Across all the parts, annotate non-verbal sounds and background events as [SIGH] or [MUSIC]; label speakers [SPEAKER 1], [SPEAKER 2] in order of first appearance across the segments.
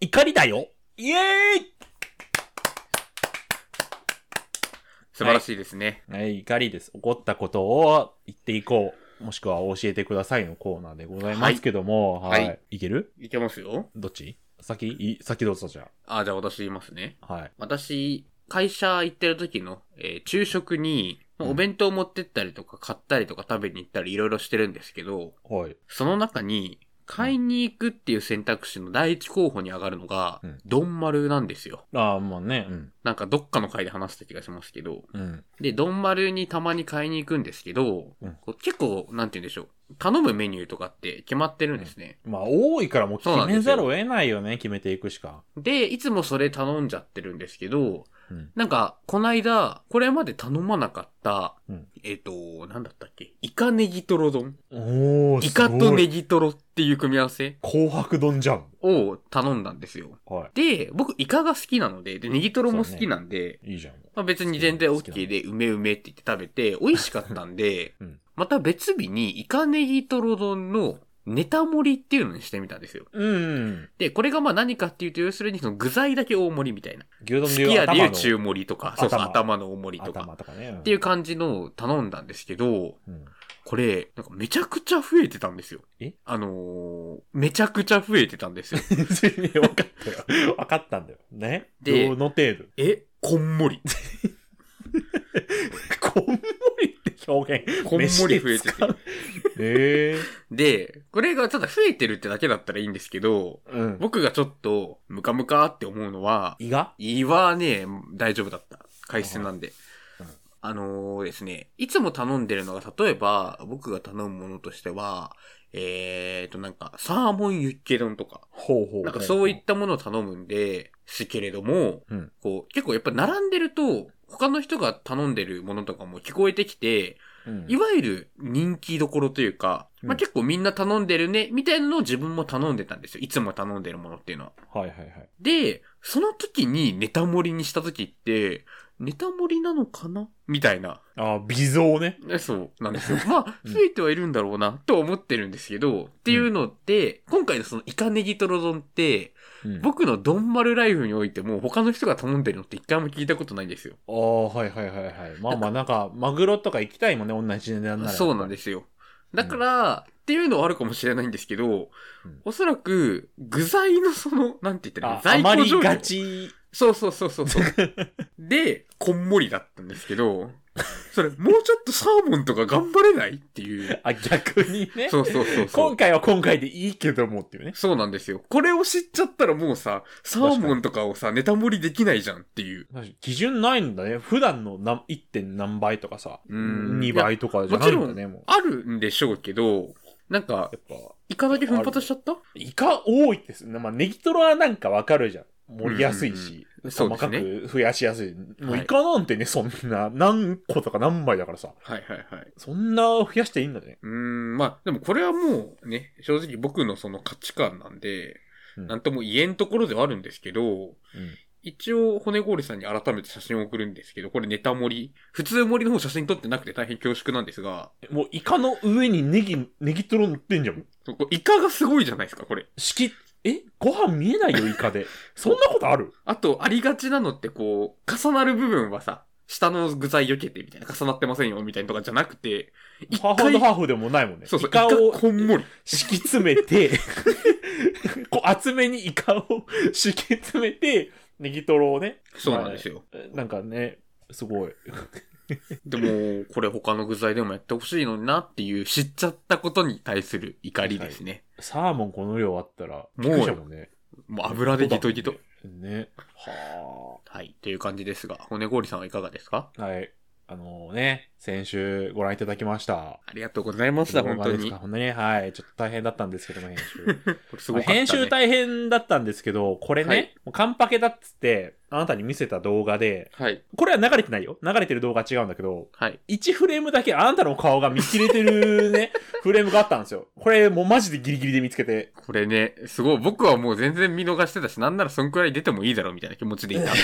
[SPEAKER 1] 怒りだよ。イエ
[SPEAKER 2] 素晴らしいですね。
[SPEAKER 1] ーイはい、怒りです。怒ったことを言っていこう。もしくは教えてくださいのコーナーでございますけども、は。
[SPEAKER 2] はいい
[SPEAKER 1] い、ける
[SPEAKER 2] いけますよ。
[SPEAKER 1] どっち先い先どうぞじゃ
[SPEAKER 2] あ、じゃあ私言いますね。
[SPEAKER 1] あ。はい。
[SPEAKER 2] 私、会社行ってる時の、えー昼食
[SPEAKER 1] う
[SPEAKER 2] に、
[SPEAKER 1] ん
[SPEAKER 2] お弁当持ってったりとか買ったりとか食べに行ったりいろいろしてるんですけど、
[SPEAKER 1] はい。
[SPEAKER 2] その中に、買いに行くっていう選択肢の第一候補に上がるのが
[SPEAKER 1] うん、
[SPEAKER 2] 丼、丸なんですよ。
[SPEAKER 1] ああ、まあね、うん。
[SPEAKER 2] なんかどっかの回で話した気がしますけど。
[SPEAKER 1] うん。
[SPEAKER 2] で、丼丸にたまに買いに行くんですけど、
[SPEAKER 1] うん
[SPEAKER 2] こう結構、なんて言うんでしょう。頼むメニューとかって決まってるんですね。
[SPEAKER 1] まあ、多いからもう
[SPEAKER 2] そうな
[SPEAKER 1] 決
[SPEAKER 2] んですよ
[SPEAKER 1] めざるを得ないよね、決めていくしか。
[SPEAKER 2] で、いつもそれ頼んじゃってるんですけど、
[SPEAKER 1] うん。
[SPEAKER 2] なんか、こないだ、これまで頼まなかった、
[SPEAKER 1] うん
[SPEAKER 2] えっ、と、なんだったっけイカネギトロ丼
[SPEAKER 1] おー、
[SPEAKER 2] イ
[SPEAKER 1] すごい
[SPEAKER 2] カとネギトロっていう組み合わせ
[SPEAKER 1] 紅白丼じゃん。
[SPEAKER 2] を頼んだんですよ。
[SPEAKER 1] は
[SPEAKER 2] で、僕、イカが好きなので、で、ネギトロも好きなんで、
[SPEAKER 1] い。いいじゃん。
[SPEAKER 2] まあ、別に全然 OK で、うめうめって言って食べて、美味しかったんで、
[SPEAKER 1] [LAUGHS] うん
[SPEAKER 2] また別日にイカネギトロ丼のネタ盛りっていうのにしてみたんですよ。
[SPEAKER 1] うん。
[SPEAKER 2] で、これがまあ何かっていうと、要するにその具材だけ大盛りみたいな。
[SPEAKER 1] 牛丼
[SPEAKER 2] す
[SPEAKER 1] で
[SPEAKER 2] き
[SPEAKER 1] いう
[SPEAKER 2] 家で
[SPEAKER 1] 頭
[SPEAKER 2] いう
[SPEAKER 1] の
[SPEAKER 2] 中盛りとか、そうそう、
[SPEAKER 1] 頭
[SPEAKER 2] 頭の大盛りとか。
[SPEAKER 1] 頭とかね。っ
[SPEAKER 2] っていう感じのを頼んだんですけど、
[SPEAKER 1] うん。
[SPEAKER 2] これ、なんかめちゃくちゃ増えてたんですよ。
[SPEAKER 1] え
[SPEAKER 2] あのー、めちゃくちゃ増えてたんですよ。
[SPEAKER 1] 別に [LAUGHS] 分かったよ。分かったんだよ。ね。
[SPEAKER 2] で
[SPEAKER 1] どの程度。
[SPEAKER 2] [LAUGHS] えこんもり。
[SPEAKER 1] こんもりって表現。
[SPEAKER 2] [LAUGHS] こんもり増えて
[SPEAKER 1] 飯
[SPEAKER 2] て
[SPEAKER 1] で使う。 [LAUGHS] え
[SPEAKER 2] [LAUGHS] で、これがただ増えてるってだけだったらいいんですけど、
[SPEAKER 1] えうん。
[SPEAKER 2] 僕がちょっとムカムカって思うのは、
[SPEAKER 1] 胃が
[SPEAKER 2] 胃はね、大丈夫だった。海鮮なんで
[SPEAKER 1] はいうん。
[SPEAKER 2] あのーですね、いつも頼んでるのが、例えば、僕が頼むものとしては、えーと、なんか、サーモンユッケ丼とか、
[SPEAKER 1] ほうほう。
[SPEAKER 2] なんかそういったものを頼むんですけれども、
[SPEAKER 1] うん
[SPEAKER 2] こう、結構やっぱ並んでると、他の人が頼んでるものとかも聞こえてきて、
[SPEAKER 1] うん。
[SPEAKER 2] いわゆる人気どころというか、
[SPEAKER 1] う
[SPEAKER 2] まあ、
[SPEAKER 1] ん
[SPEAKER 2] 結構みんな頼んでるね、みたいなのを自分も頼んでたんですよ。いつも頼んでるものっていうのは。
[SPEAKER 1] はいはいはい。
[SPEAKER 2] で、その時にネタ盛りにした時って、ネタ盛りなのかなみたいな。
[SPEAKER 1] ああ、微増ね。
[SPEAKER 2] えそうなんで
[SPEAKER 1] [LAUGHS]
[SPEAKER 2] すよ。まあ、
[SPEAKER 1] うん
[SPEAKER 2] 増えてはいるんだろうな、とは思ってるんですけど、っていうのって、今回のそのイカネギトロ丼って、
[SPEAKER 1] うん
[SPEAKER 2] 僕のドンマルライフにおいても他の人が頼んでるのって一回も聞いたことないんですよ。
[SPEAKER 1] ああ、はいはいはいはい。まあまあ、なんか、マグロとか行きたいもんね、同じ値段なら。
[SPEAKER 2] そうなん
[SPEAKER 1] で
[SPEAKER 2] ですよ。だから、っていうのはあるかもしれないんですけど、
[SPEAKER 1] うん
[SPEAKER 2] おそらく、具材のその、なんて言ったらいい
[SPEAKER 1] あ
[SPEAKER 2] の、
[SPEAKER 1] あまり
[SPEAKER 2] 在庫状
[SPEAKER 1] が
[SPEAKER 2] 況。
[SPEAKER 1] ち。
[SPEAKER 2] そうそうそうそ
[SPEAKER 1] [LAUGHS]
[SPEAKER 2] うそう。で、こんもりだったんですけど、それ、もうちょっとサーモンとか頑張れないっていう。
[SPEAKER 1] あ、逆にね。
[SPEAKER 2] そうそうそうそ
[SPEAKER 1] 今
[SPEAKER 2] う。
[SPEAKER 1] 回は今回でいいけどもっていうね。
[SPEAKER 2] そうなんですよ。これを知っちゃったらもうさ、サーモンとかをさ、ネタ盛りできないじゃんっていう。
[SPEAKER 1] 確かに基準ないんだね。普段のな 1. 点何倍とかさ、
[SPEAKER 2] うん
[SPEAKER 1] 2倍とかじゃないんだね、もう。
[SPEAKER 2] あるんでしょうけど、なんか、
[SPEAKER 1] やっぱ、
[SPEAKER 2] イカだけ奮発しちゃった
[SPEAKER 1] イカ多いですね。まあ、ネギトロはなんかわかるじゃん。盛りやすいし、
[SPEAKER 2] うんうんそう
[SPEAKER 1] 細
[SPEAKER 2] で
[SPEAKER 1] か
[SPEAKER 2] すね
[SPEAKER 1] く増やしやすい。もう
[SPEAKER 2] はい
[SPEAKER 1] イカなんてね、そんな、何個とか何枚だからさ、
[SPEAKER 2] はいはいはい。
[SPEAKER 1] そんな増やしていいんだね。
[SPEAKER 2] うーん、まあ、でもこれはもうね、正直僕のその価値観なんで、
[SPEAKER 1] うん
[SPEAKER 2] なんとも言えんところではあるんですけど、一応骨氷さんに改めて写真を送るんですけど、これネタ盛り。普通盛りの方写真撮ってなくて大変恐縮なんですが、
[SPEAKER 1] もうイカの上にネギ、ネギトロ乗ってんじゃん。
[SPEAKER 2] ここイカがすごいじゃないですか、これ。
[SPEAKER 1] 敷、えご飯見えないよ、イカ
[SPEAKER 2] [LAUGHS]
[SPEAKER 1] で。そんなことある
[SPEAKER 2] あと、ありがちなのってこう、重なる部分はさ、下の具材避けてみたいな、重なってませんよ、みたいなとかじゃなくて、一
[SPEAKER 1] ハーフハーフでもないもんね。
[SPEAKER 2] そうそう、
[SPEAKER 1] イ
[SPEAKER 2] イ
[SPEAKER 1] カ
[SPEAKER 2] カ
[SPEAKER 1] を
[SPEAKER 2] をこんもり。
[SPEAKER 1] 敷き詰めて、
[SPEAKER 2] [LAUGHS]
[SPEAKER 1] こう厚めにイカを敷き詰めて、ネギトロをね、
[SPEAKER 2] そうなんですよ。
[SPEAKER 1] なんかね、すごい。
[SPEAKER 2] でも、これ他の具材でもやってほしいのになっていう知っちゃったことに対する怒りですね。
[SPEAKER 1] サーモンこの量あったら、びっくりしたもんね。
[SPEAKER 2] もう油でギトギト。
[SPEAKER 1] ね。は
[SPEAKER 2] はい。という感じですが、骨氷さんはいかがですか
[SPEAKER 1] あ。はい。あのね、先週ご覧いただきました。
[SPEAKER 2] ありがとうございました、本当
[SPEAKER 1] です
[SPEAKER 2] に
[SPEAKER 1] か。本当にね、はい。ちょっと大変だったんですけども、編集。
[SPEAKER 2] これ [LAUGHS] すごかった、ね。
[SPEAKER 1] 編集大変だったんですけど、これね、
[SPEAKER 2] はい
[SPEAKER 1] もうカンパケだっつって、あなたに見せた動画で、
[SPEAKER 2] はい。
[SPEAKER 1] これは流れてないよ。流れてる動画は違うんだけど、
[SPEAKER 2] はい。
[SPEAKER 1] 1フレームだけあなたの顔が見切れてるね、
[SPEAKER 2] [LAUGHS]
[SPEAKER 1] フレームがあったんですよ。これもうマジでギリギリで見つけて。
[SPEAKER 2] これね、すごい、僕はもう全然見逃してたし、なんならそんくらい出てもいいだ
[SPEAKER 1] [LAUGHS]
[SPEAKER 2] ろ [LAUGHS] うみたいな気持ちでいた。は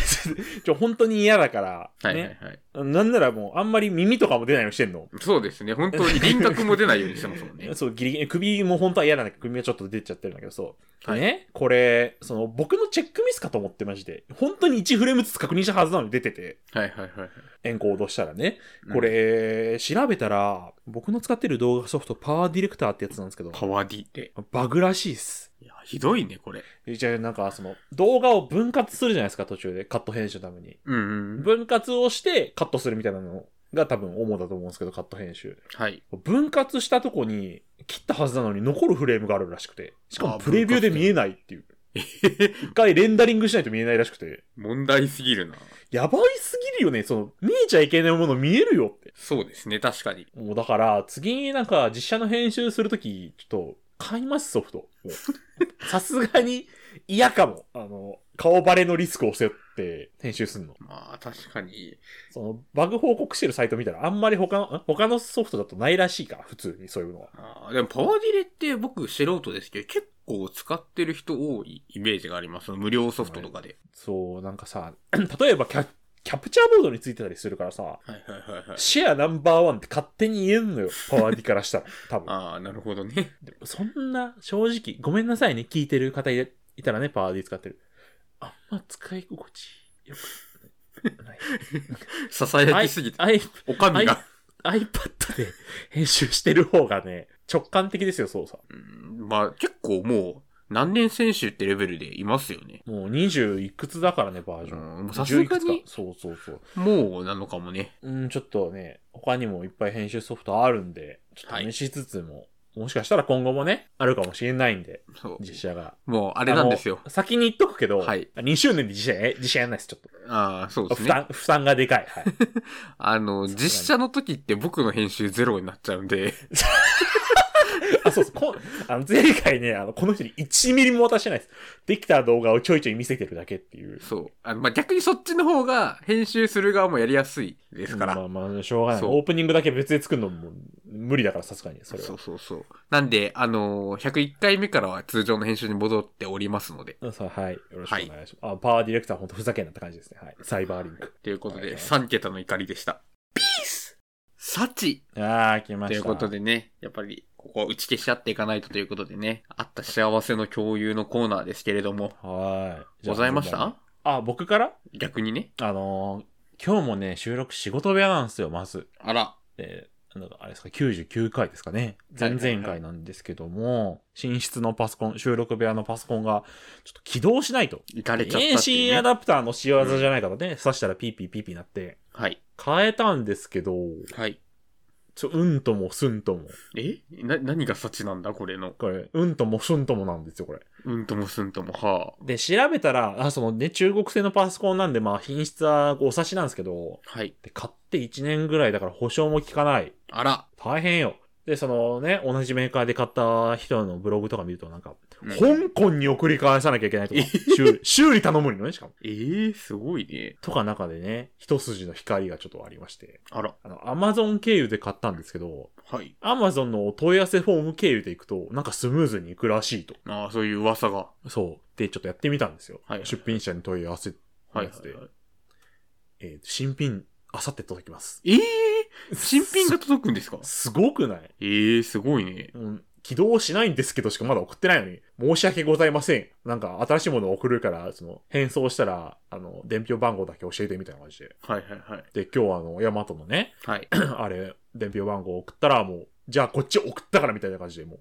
[SPEAKER 1] ちょ、本当に嫌だから、
[SPEAKER 2] いはい
[SPEAKER 1] ね。
[SPEAKER 2] はい。
[SPEAKER 1] なんならもうあんまり耳ととかも出ないようにしてんの。
[SPEAKER 2] そうですね。本当に輪郭も出ないようにしてます [LAUGHS] もんね
[SPEAKER 1] [LAUGHS] そう、ギリギリ。首も本当は嫌なんだけど、首がちょっと出ちゃってるんだけど、そう。
[SPEAKER 2] はい
[SPEAKER 1] ね、これ、その、僕のチェックミスかと思って、マジで。本当に1フレームずつ確認したはずなのに出てて、
[SPEAKER 2] はいはいはいはい。
[SPEAKER 1] エンコードしたらね。
[SPEAKER 2] うん
[SPEAKER 1] これ、調べたら、僕の使ってる動画ソフト、パワーディレクターってやつなんですけど、
[SPEAKER 2] パワーディって。
[SPEAKER 1] バグらしいっす。
[SPEAKER 2] いや、ひどいね、これ。
[SPEAKER 1] じゃあ、なんか、その、動画を分割するじゃないですか、途中で。カット編集のために。
[SPEAKER 2] うんうん。
[SPEAKER 1] 分割をして、カットするみたいなのが多分、主だと思うんですけど、カット編集。
[SPEAKER 2] はい。
[SPEAKER 1] 分割したとこに切ったはずなのに残るフレームがあるらしくてしか
[SPEAKER 2] あ
[SPEAKER 1] も
[SPEAKER 2] ー
[SPEAKER 1] プレビューで見えないっていう一回レンダリングしないと見えないらしくて
[SPEAKER 2] 問題すぎるな。
[SPEAKER 1] やばいすぎるよねその見えちゃいけないもの見えるよって
[SPEAKER 2] そうですね、確かに。
[SPEAKER 1] もうだから次なんか実写の編集するときちょっと買いますソフトもう [LAUGHS] さすがに嫌かもあの顔バレのリスクを背負って編集すんの
[SPEAKER 2] まあ、確かに。
[SPEAKER 1] そのバグ報告してるサイト見たらあんまり他のん他のソフトだとないらしいから普通にそういうのは
[SPEAKER 2] あーでも、パワーディレって僕素人ですけど、結構使ってる人多いイメージがあります。その無料ソフトとかで。
[SPEAKER 1] そう、なんかさ、 [CLEARS THROAT] 例えばキャキャプチャーボードについてたりするからさ、
[SPEAKER 2] はいはいはいはい。
[SPEAKER 1] シェアナンバーワンって勝手に言えんのよ、パワーディからしたら。多分。
[SPEAKER 2] [LAUGHS] ああ、なるほどね。 [LAUGHS]
[SPEAKER 1] でもそんな、正直、ごめんなさいね、聞いてる方いたらね、パワーディ使ってる。あんま使い心地よくない。
[SPEAKER 2] ささやきすぎて。
[SPEAKER 1] I-
[SPEAKER 2] おかみが。
[SPEAKER 1] I- iPad で [LAUGHS] 編集してる方がね、直感的ですよ、操作。
[SPEAKER 2] うんまあ、結構もう、何年選手ってレベルでいますよね。
[SPEAKER 1] もう20いくつだからね、バージョ
[SPEAKER 2] うんも
[SPEAKER 1] ン。
[SPEAKER 2] うさすがに
[SPEAKER 1] 10いくつかそうそうそう。
[SPEAKER 2] もうなのかもね。
[SPEAKER 1] うん、ちょっとね、他にもいっぱい編集ソフトあるんで、ちょっと試しつつも、もしかしたら今後もね、あるかもしれないんで、
[SPEAKER 2] そう。
[SPEAKER 1] 実写が。
[SPEAKER 2] もう、あ
[SPEAKER 1] あ
[SPEAKER 2] れなんですよ
[SPEAKER 1] の。先に言っとくけど、
[SPEAKER 2] はい
[SPEAKER 1] 2周年で実写、え実写やんないです、ちょっ
[SPEAKER 2] ああ、そう
[SPEAKER 1] と。
[SPEAKER 2] で
[SPEAKER 1] 負
[SPEAKER 2] すね。
[SPEAKER 1] 担、負担がでかい。はい。 [LAUGHS]
[SPEAKER 2] あの、
[SPEAKER 1] すがに
[SPEAKER 2] 実写の時って僕の編集ゼロになっちゃうんで、
[SPEAKER 1] あ、そうそう。こあの前回ね、あの、この人に1ミリも渡してないです。できた動画をちょいちょい見せてるだけっていう。
[SPEAKER 2] そう。あの、まあ、逆にそっちの方が、編集する側もやりやすいですから。
[SPEAKER 1] まあまあ、しょうがない。
[SPEAKER 2] そう
[SPEAKER 1] オープニングだけ別で作るのも無理だから、さすがに、それは。
[SPEAKER 2] そううそうそう。なんで、あのー、101回目からは通常の編集に戻っておりますので。
[SPEAKER 1] んそうはい。よろしくお願いします。あ、パワーディレクターほんとふざけんなって感じですね。はい。サイバーリンク。
[SPEAKER 2] ということ
[SPEAKER 1] はい
[SPEAKER 2] で、3桁の怒りでした。ピースサチ
[SPEAKER 1] ああ、来ま
[SPEAKER 2] と
[SPEAKER 1] し
[SPEAKER 2] い
[SPEAKER 1] た。
[SPEAKER 2] うことでね、やっぱり、ここは打ち消し合っていかないとということでね、あった幸せの共有のコーナーですけれども、
[SPEAKER 1] はい。じゃ
[SPEAKER 2] ご
[SPEAKER 1] あ
[SPEAKER 2] ざいまし
[SPEAKER 1] 順番に
[SPEAKER 2] た
[SPEAKER 1] あ、僕から
[SPEAKER 2] 逆にね。
[SPEAKER 1] あのー今日もね、収録仕事部屋なんですよ、まず。
[SPEAKER 2] あら。
[SPEAKER 1] で、なんかあれですか、99回ですかね。
[SPEAKER 2] はい
[SPEAKER 1] 前
[SPEAKER 2] はいはい
[SPEAKER 1] 々回なんですけども、寝室のパソコン、収録部屋のパソコンが、ちょっと起動しないと。
[SPEAKER 2] 行かれちゃったってい
[SPEAKER 1] AC
[SPEAKER 2] う、
[SPEAKER 1] ア
[SPEAKER 2] ね。
[SPEAKER 1] ダプターの仕業じゃないからね、刺したらピーピーピーピーなって、
[SPEAKER 2] はい。
[SPEAKER 1] 変えたんですけど、
[SPEAKER 2] はい。
[SPEAKER 1] ちょ、うんともすんとも。
[SPEAKER 2] えな、何がサチなんだこれの。
[SPEAKER 1] これ、うんともすんともなんですよ、これ。
[SPEAKER 2] うんともすんとも、は
[SPEAKER 1] で、調べたら、あ、そのね、中国製のパソコンなんで、まあ、品質はお察しなんですけど、
[SPEAKER 2] あ。はい。
[SPEAKER 1] で、買って1年ぐらいだから保証も効かない。
[SPEAKER 2] あら。
[SPEAKER 1] 大変よ。で、そのね、同じメーカーで買った人のブログとか見るとなんか、
[SPEAKER 2] うん
[SPEAKER 1] 香港に送り返さなきゃいけないと
[SPEAKER 2] [LAUGHS]
[SPEAKER 1] か、修修理頼むのね、しかも。
[SPEAKER 2] えー、すごいね。
[SPEAKER 1] とか中でね、一筋の光がちょっとありまして。
[SPEAKER 2] あら。
[SPEAKER 1] あの、アマゾン経由で買ったんですけど、
[SPEAKER 2] はい。
[SPEAKER 1] アマゾンのお問い合わせフォーム経由で行くと、なんかスムーズに行くらしいと。
[SPEAKER 2] ああ、そういう噂が。
[SPEAKER 1] そう。で、ちょっとやってみたんですよ。
[SPEAKER 2] はいはいはい
[SPEAKER 1] 出品者に問い合わせ、
[SPEAKER 2] はい
[SPEAKER 1] やつでえー新品、あさって届きます。
[SPEAKER 2] ええ新品が届くんですか
[SPEAKER 1] すすごくない
[SPEAKER 2] ええすごいね。
[SPEAKER 1] うん、起動しないんですけどしかまだ送ってないのに、申し訳ございません。なんか新しいものを送るから、その、変装したら、あの、伝票番号だけ教えてみたいな感じで。
[SPEAKER 2] はいはいはい。
[SPEAKER 1] で、今日あの、ヤマトのね、 [CLEARS THROAT]
[SPEAKER 2] はい。
[SPEAKER 1] あれ、伝票番号送ったらもう、じゃあこっち送ったからみたいな感じでもう、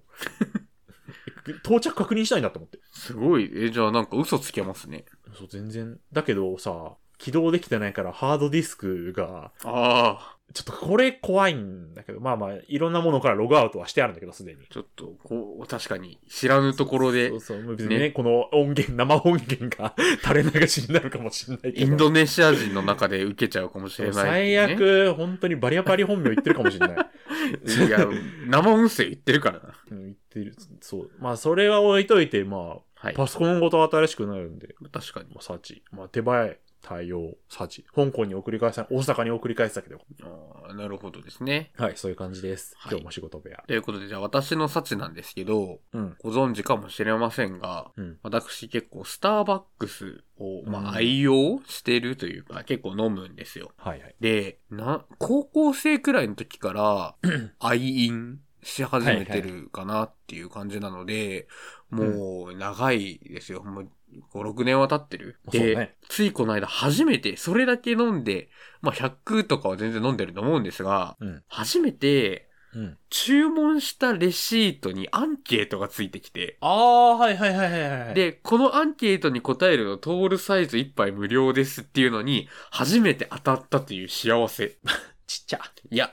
[SPEAKER 1] [LAUGHS] 到着確認したいなと思って。
[SPEAKER 2] すごい。え、じゃあなんか嘘つけますね。
[SPEAKER 1] そう、全然。だけどさ、起動できてないからハードディスクが、
[SPEAKER 2] ああ、
[SPEAKER 1] ちょっとこれ怖いんだけど、まあまあ、いろんなものからログアウトはしてあるんだけど、すでに。
[SPEAKER 2] ちょっと、こう、確かに、知らぬところで
[SPEAKER 1] そう、そう、もう別にね、
[SPEAKER 2] ね
[SPEAKER 1] この音源、生音源が [LAUGHS] 垂れ流しになるかもしれないけど。
[SPEAKER 2] インドネシア人の中で受けちゃうかもしれないってい
[SPEAKER 1] 最
[SPEAKER 2] うね、
[SPEAKER 1] 悪、本当にバリアパリ本名言ってるかもしれない。 [LAUGHS]
[SPEAKER 2] いや、生音声言ってるからな。
[SPEAKER 1] うん言ってる。そう。まあ、それは置いといて、ま
[SPEAKER 2] は
[SPEAKER 1] あ、
[SPEAKER 2] い。
[SPEAKER 1] パソコンごと新しくなるんで、
[SPEAKER 2] 確かに。
[SPEAKER 1] まあ、サーチ。まあ、手早い。対応、サジ。香港に送り返さ、大阪に送り返すだけでよかっ
[SPEAKER 2] あーなるほどですね。
[SPEAKER 1] た。はい、そういう感じです。
[SPEAKER 2] はい
[SPEAKER 1] 今日も仕事部屋。
[SPEAKER 2] ということで、じゃあ私の幸なんですけど、
[SPEAKER 1] うん。
[SPEAKER 2] ご存知かもしれませんが、
[SPEAKER 1] うん。
[SPEAKER 2] 私結構スターバックスを、
[SPEAKER 1] うん
[SPEAKER 2] まあ、愛用してるというか、結構飲むんですよ。
[SPEAKER 1] はいはい。
[SPEAKER 2] で、な、高校生くらいの時から、
[SPEAKER 1] [CLEARS THROAT]
[SPEAKER 2] 愛飲し始めてるかなっていう感じなので、
[SPEAKER 1] はい
[SPEAKER 2] もう長いですよ。もう5、6年は経ってる。
[SPEAKER 1] まあそう
[SPEAKER 2] で、
[SPEAKER 1] ね
[SPEAKER 2] ついこの間初めてそれだけ飲んで、まあ100とかは全然飲んでると思うんですが、
[SPEAKER 1] うん。
[SPEAKER 2] 初めて
[SPEAKER 1] うん。
[SPEAKER 2] 注文したレシートにアンケートがついてきて、
[SPEAKER 1] ああ、はいはいはいはいはい。、
[SPEAKER 2] で、このアンケートに答えるのトールサイズ1杯無料ですっていうのに、初めて当たったという幸せ。
[SPEAKER 1] [LAUGHS] ちっちゃ。
[SPEAKER 2] いや、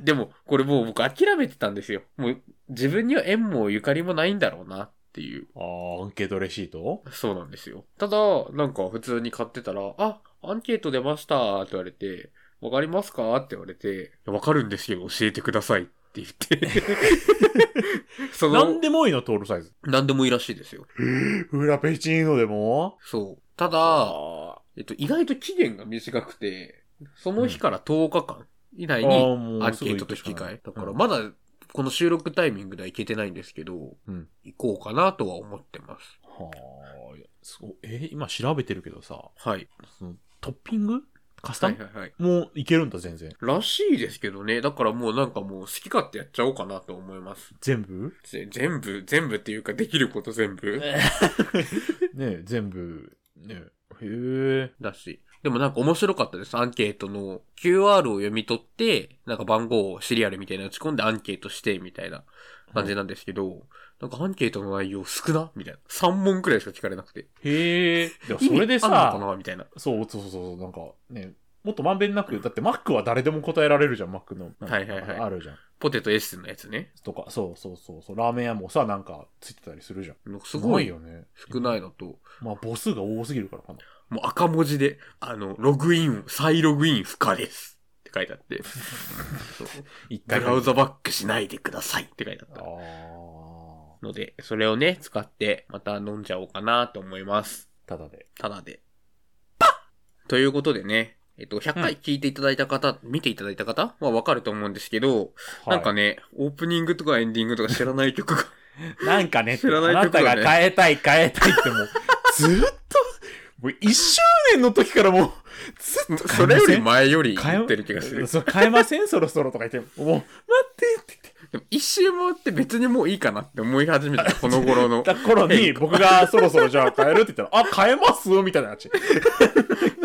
[SPEAKER 2] でも、これもう僕諦めてたんですよ。もう、自分には縁もゆかりもないんだろうなっていう。
[SPEAKER 1] ああ、アンケートレシート
[SPEAKER 2] そうなんですよ。ただ、なんか普通に買ってたら、あ、アンケート出ましたって言われて、わかりますかって言われて、わかるんですけど教えてくださいって言って。
[SPEAKER 1] [LAUGHS]
[SPEAKER 2] その、
[SPEAKER 1] なんでもいいの、トールサイズ。
[SPEAKER 2] なんでもいいらしいですよ。
[SPEAKER 1] フラペチーノでも
[SPEAKER 2] そう。た
[SPEAKER 1] あ
[SPEAKER 2] だ、えっと、意外と期限が短くて、その日から10日間以
[SPEAKER 1] あ
[SPEAKER 2] 内に
[SPEAKER 1] ー、も
[SPEAKER 2] アンケートと引き換え。だからまだこの収録タイミングではいけてないんですけど、
[SPEAKER 1] うん
[SPEAKER 2] 行こうかなとは思ってます。
[SPEAKER 1] はあ、いやすごい。えー今調べてるけどさ、
[SPEAKER 2] はい。
[SPEAKER 1] そのトッピングカスタ
[SPEAKER 2] はい
[SPEAKER 1] ム、
[SPEAKER 2] はいはい。
[SPEAKER 1] もういけるんだ、全然。
[SPEAKER 2] らしいですけどね。だからもうなんかもう好き勝手やっちゃおうかなと思います。
[SPEAKER 1] 全
[SPEAKER 2] [LAUGHS]
[SPEAKER 1] 部
[SPEAKER 2] ぜ全部、全部っていうかできること全部
[SPEAKER 1] ねえ、全部。ねえ。へえ。
[SPEAKER 2] だし。でもなんか面白かったです。アンケートの QR を読み取って、なんか番号をシリアルみたいなの打ち込んでアンケートしてみたいな感じなんですけど、なんかアンケートの内容少なみたいな。3問くらいしか聞かれなくて。
[SPEAKER 1] へ
[SPEAKER 2] [LAUGHS]
[SPEAKER 1] え。でもそれで
[SPEAKER 2] 意味あんの
[SPEAKER 1] さ、
[SPEAKER 2] かなみたいな。
[SPEAKER 1] そうそうそうそう、なんかね、もっとまんべんなく、だってマックは誰でも答えられるじゃん、マックの。なんか
[SPEAKER 2] はいはいはい
[SPEAKER 1] あるじゃん。
[SPEAKER 2] ポテトエッセンのやつね。
[SPEAKER 1] とか、そうそうそうそう、ラーメン屋もさ、なんかついてたりするじゃん。
[SPEAKER 2] すごいよ。
[SPEAKER 1] よね。。
[SPEAKER 2] 少ないいのと、
[SPEAKER 1] まあ、母数が多すぎるからかな。
[SPEAKER 2] もう赤文字で、あの、ログイン、再ログイン不可です。って書いて
[SPEAKER 1] [LAUGHS]
[SPEAKER 2] あって。そう
[SPEAKER 1] 一
[SPEAKER 2] ブ
[SPEAKER 1] 回
[SPEAKER 2] ラウザバックしないでくださいって書いてあっ
[SPEAKER 1] あ
[SPEAKER 2] た。
[SPEAKER 1] あ。
[SPEAKER 2] ので、それをね、使って、また飲んじゃおうかなと思います。
[SPEAKER 1] ただで。
[SPEAKER 2] ただで。パッということでね、えっと、100回聞いていただいた方、見ていただいた方はわかると思うんですけど、なんか
[SPEAKER 1] ね、
[SPEAKER 2] ね、オープニングとかエンディングとか知らない曲が
[SPEAKER 1] なんかね、
[SPEAKER 2] 知らない
[SPEAKER 1] あ
[SPEAKER 2] 曲
[SPEAKER 1] な
[SPEAKER 2] が
[SPEAKER 1] た
[SPEAKER 2] ね
[SPEAKER 1] が変えたい変えたいっても
[SPEAKER 2] [LAUGHS]
[SPEAKER 1] う、ずーっと、もう一周年の時からもう、ずっと
[SPEAKER 2] それより
[SPEAKER 1] 変えま
[SPEAKER 2] 前より
[SPEAKER 1] せん
[SPEAKER 2] 言ってる気がする。
[SPEAKER 1] そう変えま
[SPEAKER 2] [LAUGHS]
[SPEAKER 1] せんそろそろとか言って、もう、待ってって
[SPEAKER 2] でも一周回って別にもういいかなって思い始めた、この頃
[SPEAKER 1] [LAUGHS] 言
[SPEAKER 2] の。
[SPEAKER 1] った頃に、僕がそろそろじゃあ変えるって言ったら、あ、変えますみたいな感じ。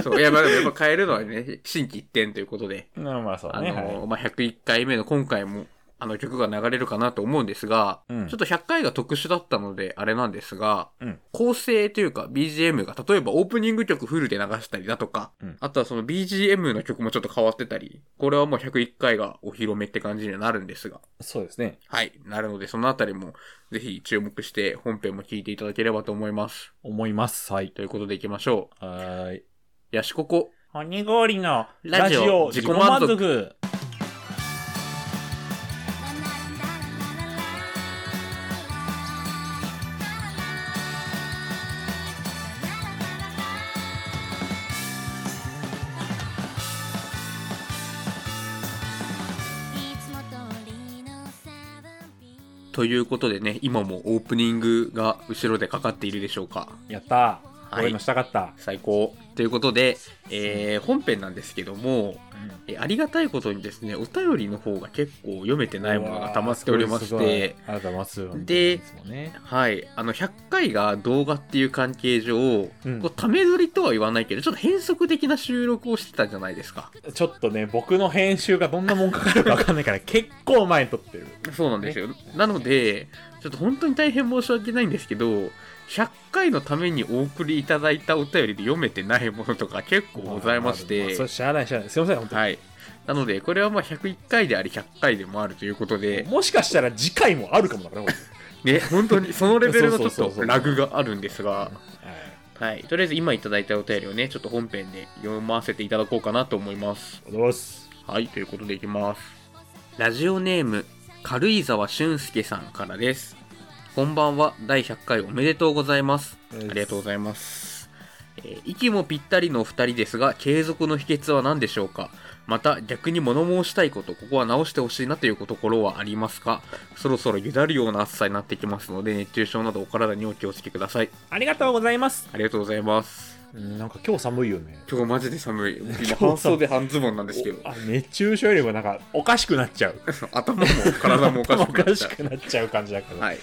[SPEAKER 2] そう。いや、まあでもやっぱ変えるのはね、心機一転ということで。
[SPEAKER 1] まあまあそう
[SPEAKER 2] あ
[SPEAKER 1] ね。
[SPEAKER 2] の
[SPEAKER 1] はい
[SPEAKER 2] まあ、101回目の今回も、あの曲が流れるかなと思うんですが、
[SPEAKER 1] うん
[SPEAKER 2] ちょっと100回が特殊だったので、あれなんですが、
[SPEAKER 1] うん
[SPEAKER 2] 構成というか BGM が、例えばオープニング曲フルで流したりだとか、
[SPEAKER 1] うん
[SPEAKER 2] あとはその BGM の曲もちょっと変わってたり、これはもう101回がお披露目って感じにはなるんですが、
[SPEAKER 1] そうですね。
[SPEAKER 2] はい。なるので、そのあたりも、ぜひ注目して、本編も聞いていただければと思います。
[SPEAKER 1] 思います。はい。
[SPEAKER 2] ということで行きましょ
[SPEAKER 1] はーい。
[SPEAKER 2] う。ヤシココ。
[SPEAKER 1] 鬼氷の
[SPEAKER 2] ラジオ自己満足ということでね、今もオープニングが後ろでかかっているでしょうか。
[SPEAKER 1] やったー。
[SPEAKER 2] はい
[SPEAKER 1] 俺もしたかった。
[SPEAKER 2] 最高。ということで、えー、本編なんですけども、えーありがたいことにですね、お便りの方が結構読めてないものが溜まっておりまし
[SPEAKER 1] うわー
[SPEAKER 2] て、。
[SPEAKER 1] すごいすごいありがとうございます。
[SPEAKER 2] で
[SPEAKER 1] いつもね
[SPEAKER 2] はい。あの、100回が動画っていう関係上、
[SPEAKER 1] うん
[SPEAKER 2] こうため撮りとは言わないけど、ちょっと変則的な収録をしてたじゃないですか。
[SPEAKER 1] ちょっとね、僕の編集がどんなもんかかるかわかんないから、結構前に撮ってる。
[SPEAKER 2] そうなんですよ。なので、ちょっと本当に大変申し訳ないんですけど、100回のためにお送りいただいたお便りで読めてないものとか結構ござ
[SPEAKER 1] [LAUGHS]
[SPEAKER 2] いまし
[SPEAKER 1] あ
[SPEAKER 2] て
[SPEAKER 1] そ、れ知らない、知らない。すいません、本当に。
[SPEAKER 2] はい。なので、これはまあ101回であり、100回でもあるということで、
[SPEAKER 1] もしかしたら次回もあるかもだから、これ [LAUGHS]
[SPEAKER 2] ね、本当にそのレベルのちょっ
[SPEAKER 1] そうそうそうそ
[SPEAKER 2] と
[SPEAKER 1] う
[SPEAKER 2] ラグがあるんですが、
[SPEAKER 1] はい
[SPEAKER 2] はい。とりあえず今いただいたお便りをね、ちょっと本編で読ませていただこうかなと思います。
[SPEAKER 1] おはようございます。
[SPEAKER 2] はい、ということでいきます。ラジオネーム、軽井沢俊介さんからです。こんばんは、第100回おめでとうございます。あ
[SPEAKER 1] あり
[SPEAKER 2] りがとうご
[SPEAKER 1] い
[SPEAKER 2] ざいます。えー息もぴったりのお二人ですが、継続の秘訣は何でしょうかまた、逆に物申したいこと、ここは直してほしいなというところはありますかそろそろゆだるような暑さになってきますので、熱中症などお体にお気をつけください。
[SPEAKER 1] ありがとうございます。
[SPEAKER 2] ありがとうございます。
[SPEAKER 1] うんなんか今日寒いよね。
[SPEAKER 2] 今日マジで寒い。
[SPEAKER 1] 日寒い
[SPEAKER 2] 半袖半ズボンなんですけど、
[SPEAKER 1] おあ熱中症よりもなんかおかしくなっちゃう。
[SPEAKER 2] 頭も体もおかしくなっち
[SPEAKER 1] [LAUGHS] お
[SPEAKER 2] ゃ
[SPEAKER 1] かしくなっちゃう感じだから。
[SPEAKER 2] う。はい。